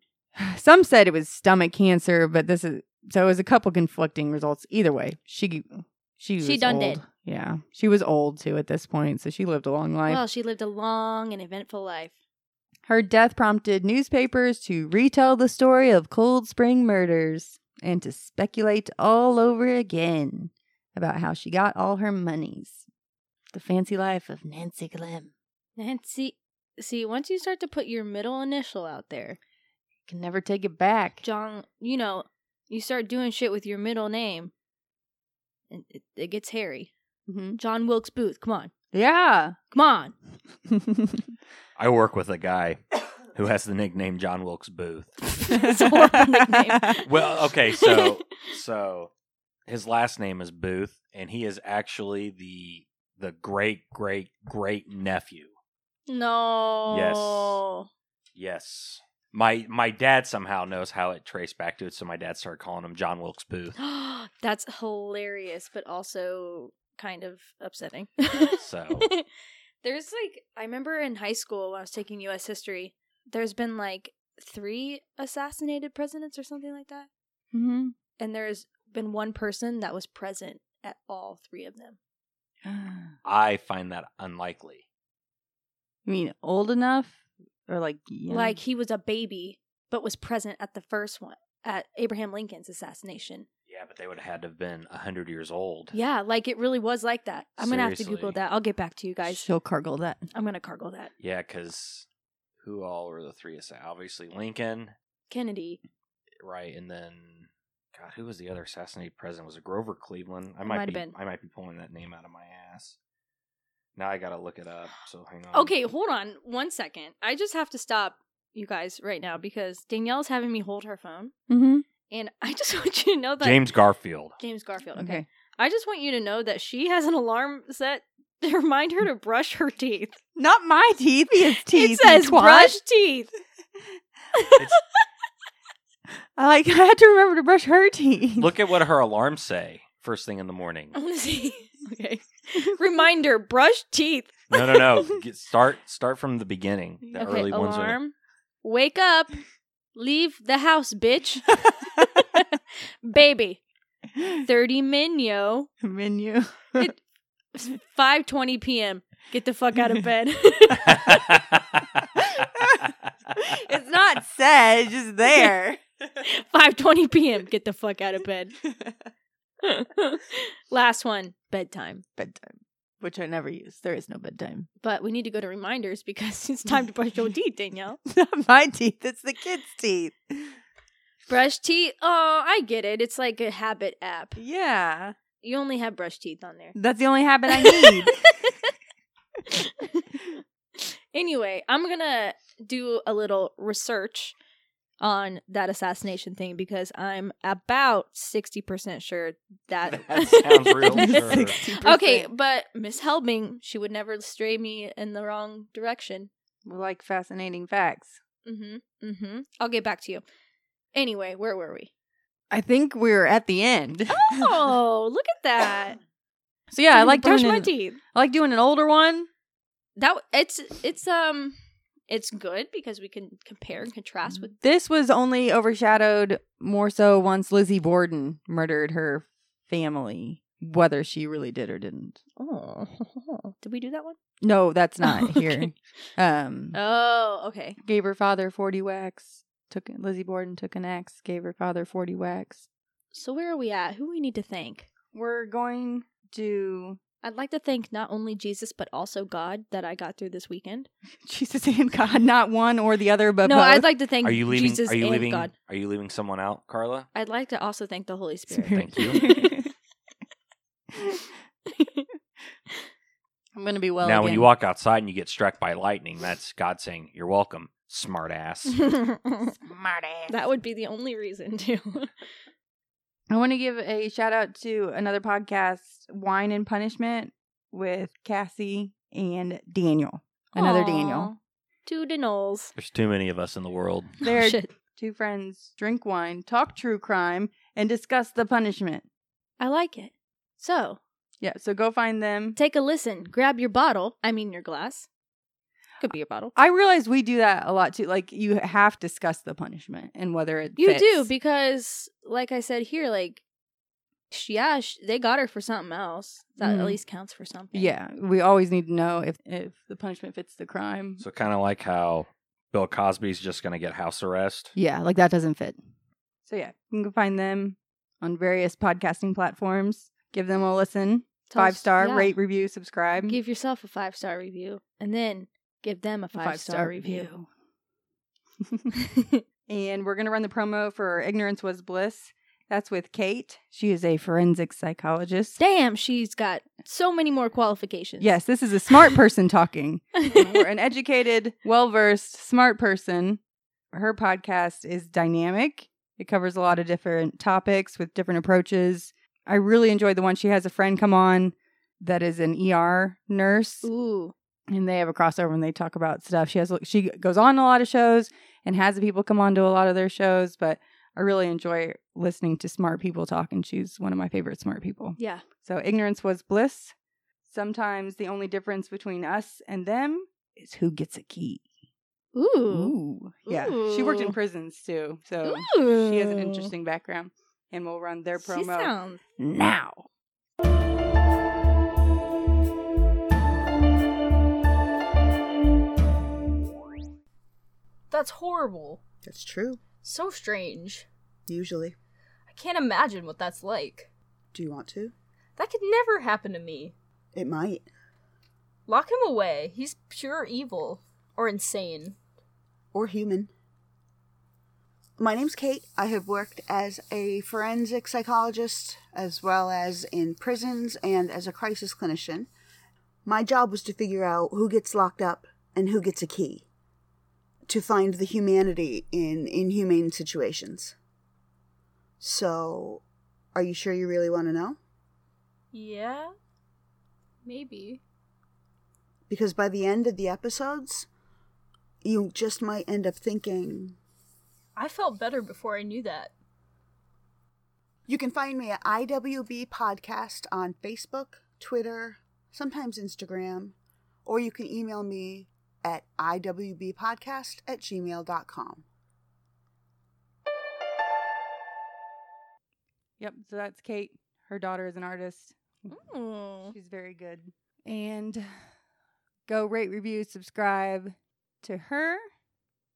Speaker 2: Some said it was stomach cancer, but this is so it was a couple conflicting results. Either way, she she
Speaker 3: She
Speaker 2: was
Speaker 3: done
Speaker 2: old.
Speaker 3: did.
Speaker 2: Yeah, she was old too at this point, so she lived a long life.
Speaker 3: well, she lived a long and eventful life.
Speaker 2: Her death prompted newspapers to retell the story of Cold Spring murders and to speculate all over again about how she got all her monies. The fancy life of Nancy Glim
Speaker 3: Nancy. See, once you start to put your middle initial out there,
Speaker 2: can never take it back.
Speaker 3: John, you know, you start doing shit with your middle name, and it, it gets hairy.
Speaker 2: Mhm.
Speaker 3: John Wilkes Booth, come on,
Speaker 2: Yeah.
Speaker 3: come on.
Speaker 1: I work with a guy who has the nickname John Wilkes Booth.
Speaker 3: It's a horrible nickname.
Speaker 1: Well, okay, so- So his last name is Booth, and he is actually the the great great great nephew.
Speaker 3: no,
Speaker 1: Yes. My my dad somehow knows how it traced back to it, so my dad started calling him John Wilkes Booth.
Speaker 3: yes, that's hilarious, but also kind of upsetting.
Speaker 1: So
Speaker 3: there's like I remember in high school when I was taking US history, there's been like three assassinated presidents or something like that.
Speaker 2: Mhm.
Speaker 3: And there's been one person that was present at all three of them.
Speaker 2: You
Speaker 1: I find that unlikely.
Speaker 2: mean old enough or like young?
Speaker 3: Like he was a baby but was present at the first one at Abraham Lincoln's assassination.
Speaker 1: Yeah, but they would have had to have been hundred years old.
Speaker 3: Yeah, like it really was like that. I'm going to have to google
Speaker 1: Seriously.
Speaker 3: that. I'll get back to you guys.
Speaker 2: she'll cargle that.
Speaker 3: I'm going to cargo that.
Speaker 1: Yeah, because who all were the three? assa- Obviously Lincoln,
Speaker 3: Kennedy.
Speaker 1: Um, right? And then God, who was the other assassinated president? Was it Grover Cleveland? I
Speaker 3: It
Speaker 1: might
Speaker 3: might have
Speaker 1: be,
Speaker 3: been.
Speaker 1: I might be pulling that name out of my ass. Now I gotta look it up. So hang on.
Speaker 3: Okay, hold on one second. I just have to stop you guys right now because Danielle's having me hold her phone.
Speaker 2: Mm-hmm.
Speaker 3: And I just want you to know that
Speaker 1: James Garfield.
Speaker 3: James Garfield. Okay.
Speaker 2: Okay.
Speaker 3: I just want you to know that she has an alarm set to remind her to brush her teeth.
Speaker 2: Not my teeth, his teeth.
Speaker 3: it
Speaker 2: you
Speaker 3: says
Speaker 2: twat.
Speaker 3: brush teeth.
Speaker 2: I like I had to remember to brush her teeth.
Speaker 1: Look at what her alarms say first thing in the morning.
Speaker 3: I want to see. Okay. Reminder: brush teeth.
Speaker 1: No, no, no. Get, start start from the beginning. The
Speaker 3: okay.
Speaker 1: early ones. Are,
Speaker 3: alarm. Wake up. Leave the house, bitch. Baby. Thirty minyo.
Speaker 2: menu.
Speaker 3: Five twenty p.m. Get the fuck out of bed.
Speaker 2: It's not said, it's just there.
Speaker 3: Five twenty p.m. Get the fuck out of bed. Last one. Bedtime.
Speaker 2: bedtime, which I never use. There is no bedtime.
Speaker 3: But we need to go to reminders because it's time to brush your teeth, Danielle.
Speaker 2: Not my teeth, it's the kids' teeth.
Speaker 3: Brush teeth. Oh, I get it. It's like a habit app.
Speaker 2: Yeah.
Speaker 3: You only have brush teeth on there.
Speaker 2: That's the only habit I need.
Speaker 3: anyway, I'm going to do a little research on that assassination thing because I'm about 60% sure that.
Speaker 1: That sounds real, sure.
Speaker 2: 60%.
Speaker 3: okay, but Miss Helbing, she would never stray me in the wrong direction.
Speaker 2: We like fascinating facts.
Speaker 3: Mm hmm. Mm hmm. I'll get back to you. Anyway, where were we?
Speaker 2: I think we're at the end.
Speaker 3: Oh, look at that.
Speaker 2: So yeah, I like
Speaker 3: brush
Speaker 2: doing
Speaker 3: my
Speaker 2: an-
Speaker 3: teeth.
Speaker 2: I like doing an older one.
Speaker 3: That w- it's it's um it's good because we can compare and contrast with
Speaker 2: Mm. This was only overshadowed more so once Lizzie Borden murdered her family, whether she really did or didn't.
Speaker 3: Oh, did we do that one?
Speaker 2: No, that's not
Speaker 3: Oh,
Speaker 2: here.
Speaker 3: okay.
Speaker 2: Um,
Speaker 3: Oh, okay.
Speaker 2: gave her father forty whacks. Took Lizzie Borden took an axe. Gave her father forty whacks.
Speaker 3: So where are we at? Who we need to thank?
Speaker 2: We're going to
Speaker 3: I'd like to thank not only Jesus but also God that I got through this weekend.
Speaker 2: Jesus and God, not one or the other, but
Speaker 3: no,
Speaker 2: both.
Speaker 3: I'd like to thank
Speaker 1: Uh, Are you leaving?
Speaker 3: Jesus
Speaker 1: are you
Speaker 3: and
Speaker 1: leaving?
Speaker 3: God.
Speaker 1: Are you leaving someone out, Carla?
Speaker 3: I'd like to also thank the Holy Spirit.
Speaker 1: Thank you.
Speaker 2: Spirit. I'm gonna be well.
Speaker 1: now,
Speaker 2: again.
Speaker 1: when you walk outside and you get struck by lightning, that's God saying, You're welcome, smart ass.
Speaker 2: Smartass.
Speaker 3: that would be the only reason too.
Speaker 2: I want to give a shout out to another podcast, Wine and Punishment, with Cassie and Daniel. Another Daniel.
Speaker 3: Aw. Oh, Two Daniels.
Speaker 1: There's too many of us in the world.
Speaker 2: They're
Speaker 3: Shit.
Speaker 2: two friends drink wine, talk true crime, and discuss the punishment.
Speaker 3: I like it. So
Speaker 2: Yeah, so go find them.
Speaker 3: take a listen. Grab your bottle. I mean your glass. Could be your bottle.
Speaker 2: I realize we do that a lot too. Like you have to discuss the punishment and whether it
Speaker 3: You
Speaker 2: fits.
Speaker 3: do because, like I said here, like sh- yeah, sh- they got her for something else. That
Speaker 2: Mhm.
Speaker 3: at least counts for something.
Speaker 2: yeah, we always need to know if if the punishment fits the crime.
Speaker 1: So, kind of like how Bill Cosby's just going to get house arrest.
Speaker 2: Yeah, like that doesn't fit. So yeah, you can go find them on various podcasting platforms. Give them a listen.
Speaker 3: Tell
Speaker 2: five
Speaker 3: us-
Speaker 2: star,
Speaker 3: yeah.
Speaker 2: rate, review, subscribe.
Speaker 3: Give yourself a five star review, and then give them a
Speaker 2: A
Speaker 3: five, star, review.
Speaker 2: review. and we're gonna run the promo for "Ignorance Was Bliss." That's with Kate. She is a forensic psychologist.
Speaker 3: Damn, she's got so many more qualifications.
Speaker 2: Yes, this is a smart person talking. Uh, We're an educated, well versed, smart person. Her podcast is dynamic. It covers a lot of different topics with different approaches. I really enjoyed the one. She has a friend come on that is an ER nurse,
Speaker 3: Ooh.
Speaker 2: and they have a crossover and they talk about stuff. She has she goes on a lot of shows and has the people come on to a lot of their shows. But I really enjoy listening to smart people talk, and she's one of my favorite smart people.
Speaker 3: Yeah.
Speaker 2: So ignorance was bliss. Sometimes the only difference between us and them is who gets a key.
Speaker 3: Ooh.
Speaker 2: Ooh. Yeah. She worked in
Speaker 3: Ooh.
Speaker 2: prisons too. So um, she has an interesting background. And we'll run their promo
Speaker 3: She sounds.
Speaker 2: now.
Speaker 3: That's horrible.
Speaker 4: That's true,
Speaker 3: So strange.
Speaker 4: usually.
Speaker 3: I can't imagine what that's like.
Speaker 4: Do you want to?
Speaker 3: That could never happen to me.
Speaker 4: It might.
Speaker 3: Lock him away. He's pure evil or insane.
Speaker 4: Or human. My name's Kate. I have worked as a forensic psychologist, as well as in prisons and as a crisis clinician. My job was to figure out who gets locked up and who gets a key, to find the humanity in inhumane situations. So, are you sure you really want to know?
Speaker 3: Yeah? Maybe.
Speaker 4: because by the end of the episodes, you just might end up thinking,
Speaker 3: I felt better before I knew that.
Speaker 4: You can find me at IWB Podcast on Facebook, Twitter, sometimes Instagram, or you can email me at IWBpodcast at gmail.com.
Speaker 2: Yep. So that's Kate. Her daughter is an artist.
Speaker 3: Mm.
Speaker 2: She's very good. And go rate, review, subscribe to her,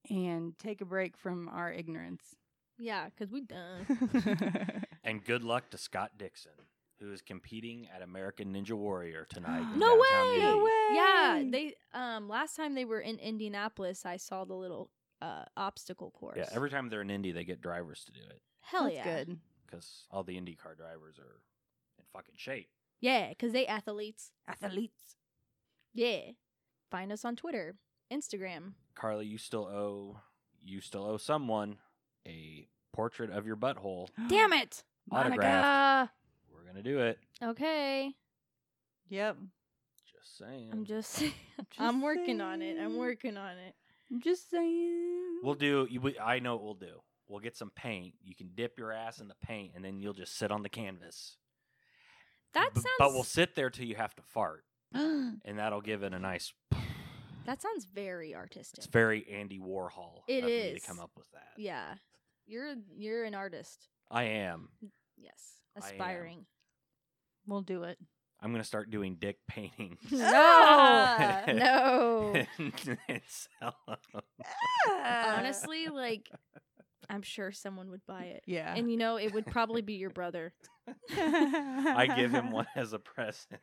Speaker 2: and take a break from our ignorance.
Speaker 3: Yeah, because we done.
Speaker 1: And good luck to Scott Dixon, who is competing at American Ninja Warrior tonight. in
Speaker 3: No
Speaker 1: downtown
Speaker 3: way!
Speaker 1: Indy.
Speaker 2: No way!
Speaker 3: Yeah, they um last time they were in Indianapolis, I saw the little uh obstacle course.
Speaker 1: Yeah, every time they're in Indy, they get drivers to do it
Speaker 3: hell
Speaker 2: That's
Speaker 3: yeah,
Speaker 2: good.
Speaker 1: because all the IndyCar drivers are in fucking shape.
Speaker 3: yeah, because they athletes.
Speaker 2: Athletes.
Speaker 3: Yeah, find us on Twitter, Instagram.
Speaker 1: Carly, you still owe you still owe someone a portrait of your butthole.
Speaker 3: Damn it,
Speaker 1: Autograph. We're gonna do it.
Speaker 3: Okay,
Speaker 2: Yep.
Speaker 1: Just saying.
Speaker 3: I'm just, I'm working on it. I'm working on it.
Speaker 2: I'm just saying.
Speaker 1: We'll do. You, we, I know what we'll do. We'll get some paint. You can dip your ass in the paint, and then you'll just sit on the canvas.
Speaker 3: That
Speaker 1: B-
Speaker 3: sounds.
Speaker 1: But we'll sit there till you have to fart,
Speaker 2: do.
Speaker 1: and that'll give it a nice.
Speaker 3: that sounds very artistic.
Speaker 1: It's very Andy Warhol.
Speaker 3: It
Speaker 1: of me to
Speaker 3: is.
Speaker 1: come up with that.
Speaker 3: yeah, you're you're an artist.
Speaker 1: I am.
Speaker 3: Yes,
Speaker 1: I am.
Speaker 3: aspiring.
Speaker 2: we'll do it.
Speaker 1: I'm gonna start doing dick paintings.
Speaker 3: no, no.
Speaker 1: And sell 'em. Uh,
Speaker 3: Honestly, like, I'm sure someone would buy it.
Speaker 2: Yeah.
Speaker 3: And you know, it would probably be your brother.
Speaker 1: I
Speaker 2: I
Speaker 1: give him one as a present.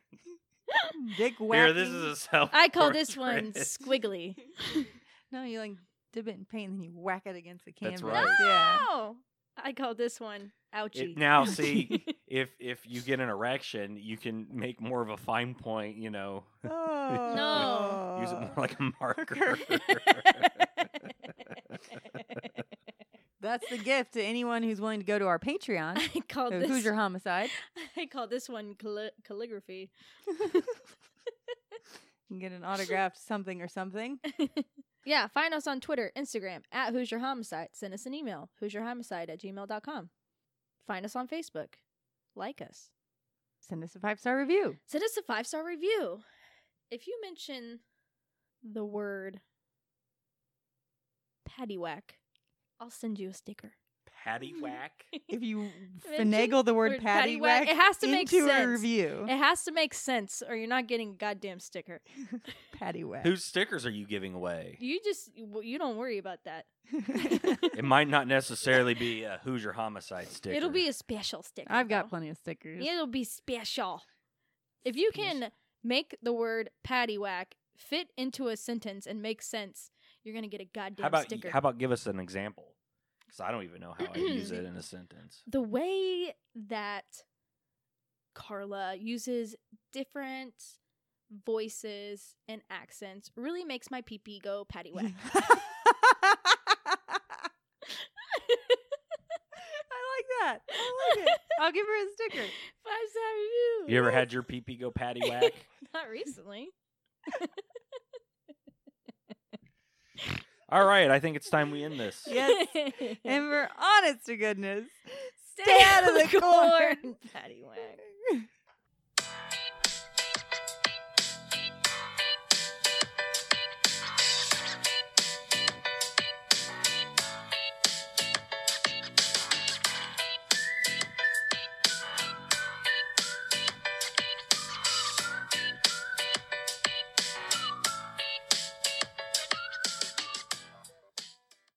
Speaker 2: Dick wacky.
Speaker 1: Here, this is a self.
Speaker 3: I call this one
Speaker 1: squiggle.
Speaker 3: squiggly.
Speaker 2: No, you like dip it in paint and then you whack it against the
Speaker 1: That's
Speaker 2: canvas.
Speaker 1: right.
Speaker 2: Yeah.
Speaker 3: No! I call this one ouchie.
Speaker 1: now, see, if if you get an erection, you can make more of a fine point. You know,
Speaker 2: Oh.
Speaker 3: Uh,
Speaker 1: use it more like a marker.
Speaker 2: That's the gift to anyone who's willing to go to our Patreon.
Speaker 3: I called
Speaker 2: So
Speaker 3: this.
Speaker 2: Who's your homicide?
Speaker 3: I called this one calli- calligraphy.
Speaker 2: You can get an autographed something or something.
Speaker 3: Yeah, find us on Twitter, Instagram, at Who's Your Homicide. Send us an email, Who's Your Homicide at gmail.com. Find us on Facebook. Like us.
Speaker 2: Send us a five star review.
Speaker 3: Send us a five star review. If you mention the word paddywhack, I'll send you a sticker.
Speaker 1: Patty whack.
Speaker 2: If you
Speaker 3: Mention
Speaker 2: finagle the word
Speaker 3: word
Speaker 2: patty
Speaker 3: paddywhack,
Speaker 2: whack
Speaker 3: it has to make
Speaker 2: into
Speaker 3: sense.
Speaker 2: a review.
Speaker 3: It has to make sense or you're not getting a goddamn sticker.
Speaker 2: Patty whack.
Speaker 1: Whose stickers are you giving away?
Speaker 3: You just, you don't worry about that.
Speaker 1: It might not necessarily be a Who's Your Homicide sticker.
Speaker 3: It'll be a special sticker.
Speaker 2: I've got
Speaker 3: though.
Speaker 2: plenty of stickers.
Speaker 3: It'll be special. If you can make the word paddywhack fit into a sentence and make sense, you're gonna get a goddamn
Speaker 1: How about
Speaker 3: sticker.
Speaker 1: how about give us an example? Because I don't even know how I use it in a sentence.
Speaker 3: the way that Carla uses different voices and accents really makes my pee go paddywhack.
Speaker 2: I like that. I like it. I'll give her a sticker.
Speaker 3: Five star review.
Speaker 1: You ever had your pee pee go patty whack?
Speaker 3: Not recently.
Speaker 1: All right, I think it's time we end this.
Speaker 2: Yes. And we're honest to goodness.
Speaker 3: Stay,
Speaker 2: out of the corn.
Speaker 3: paddywhack.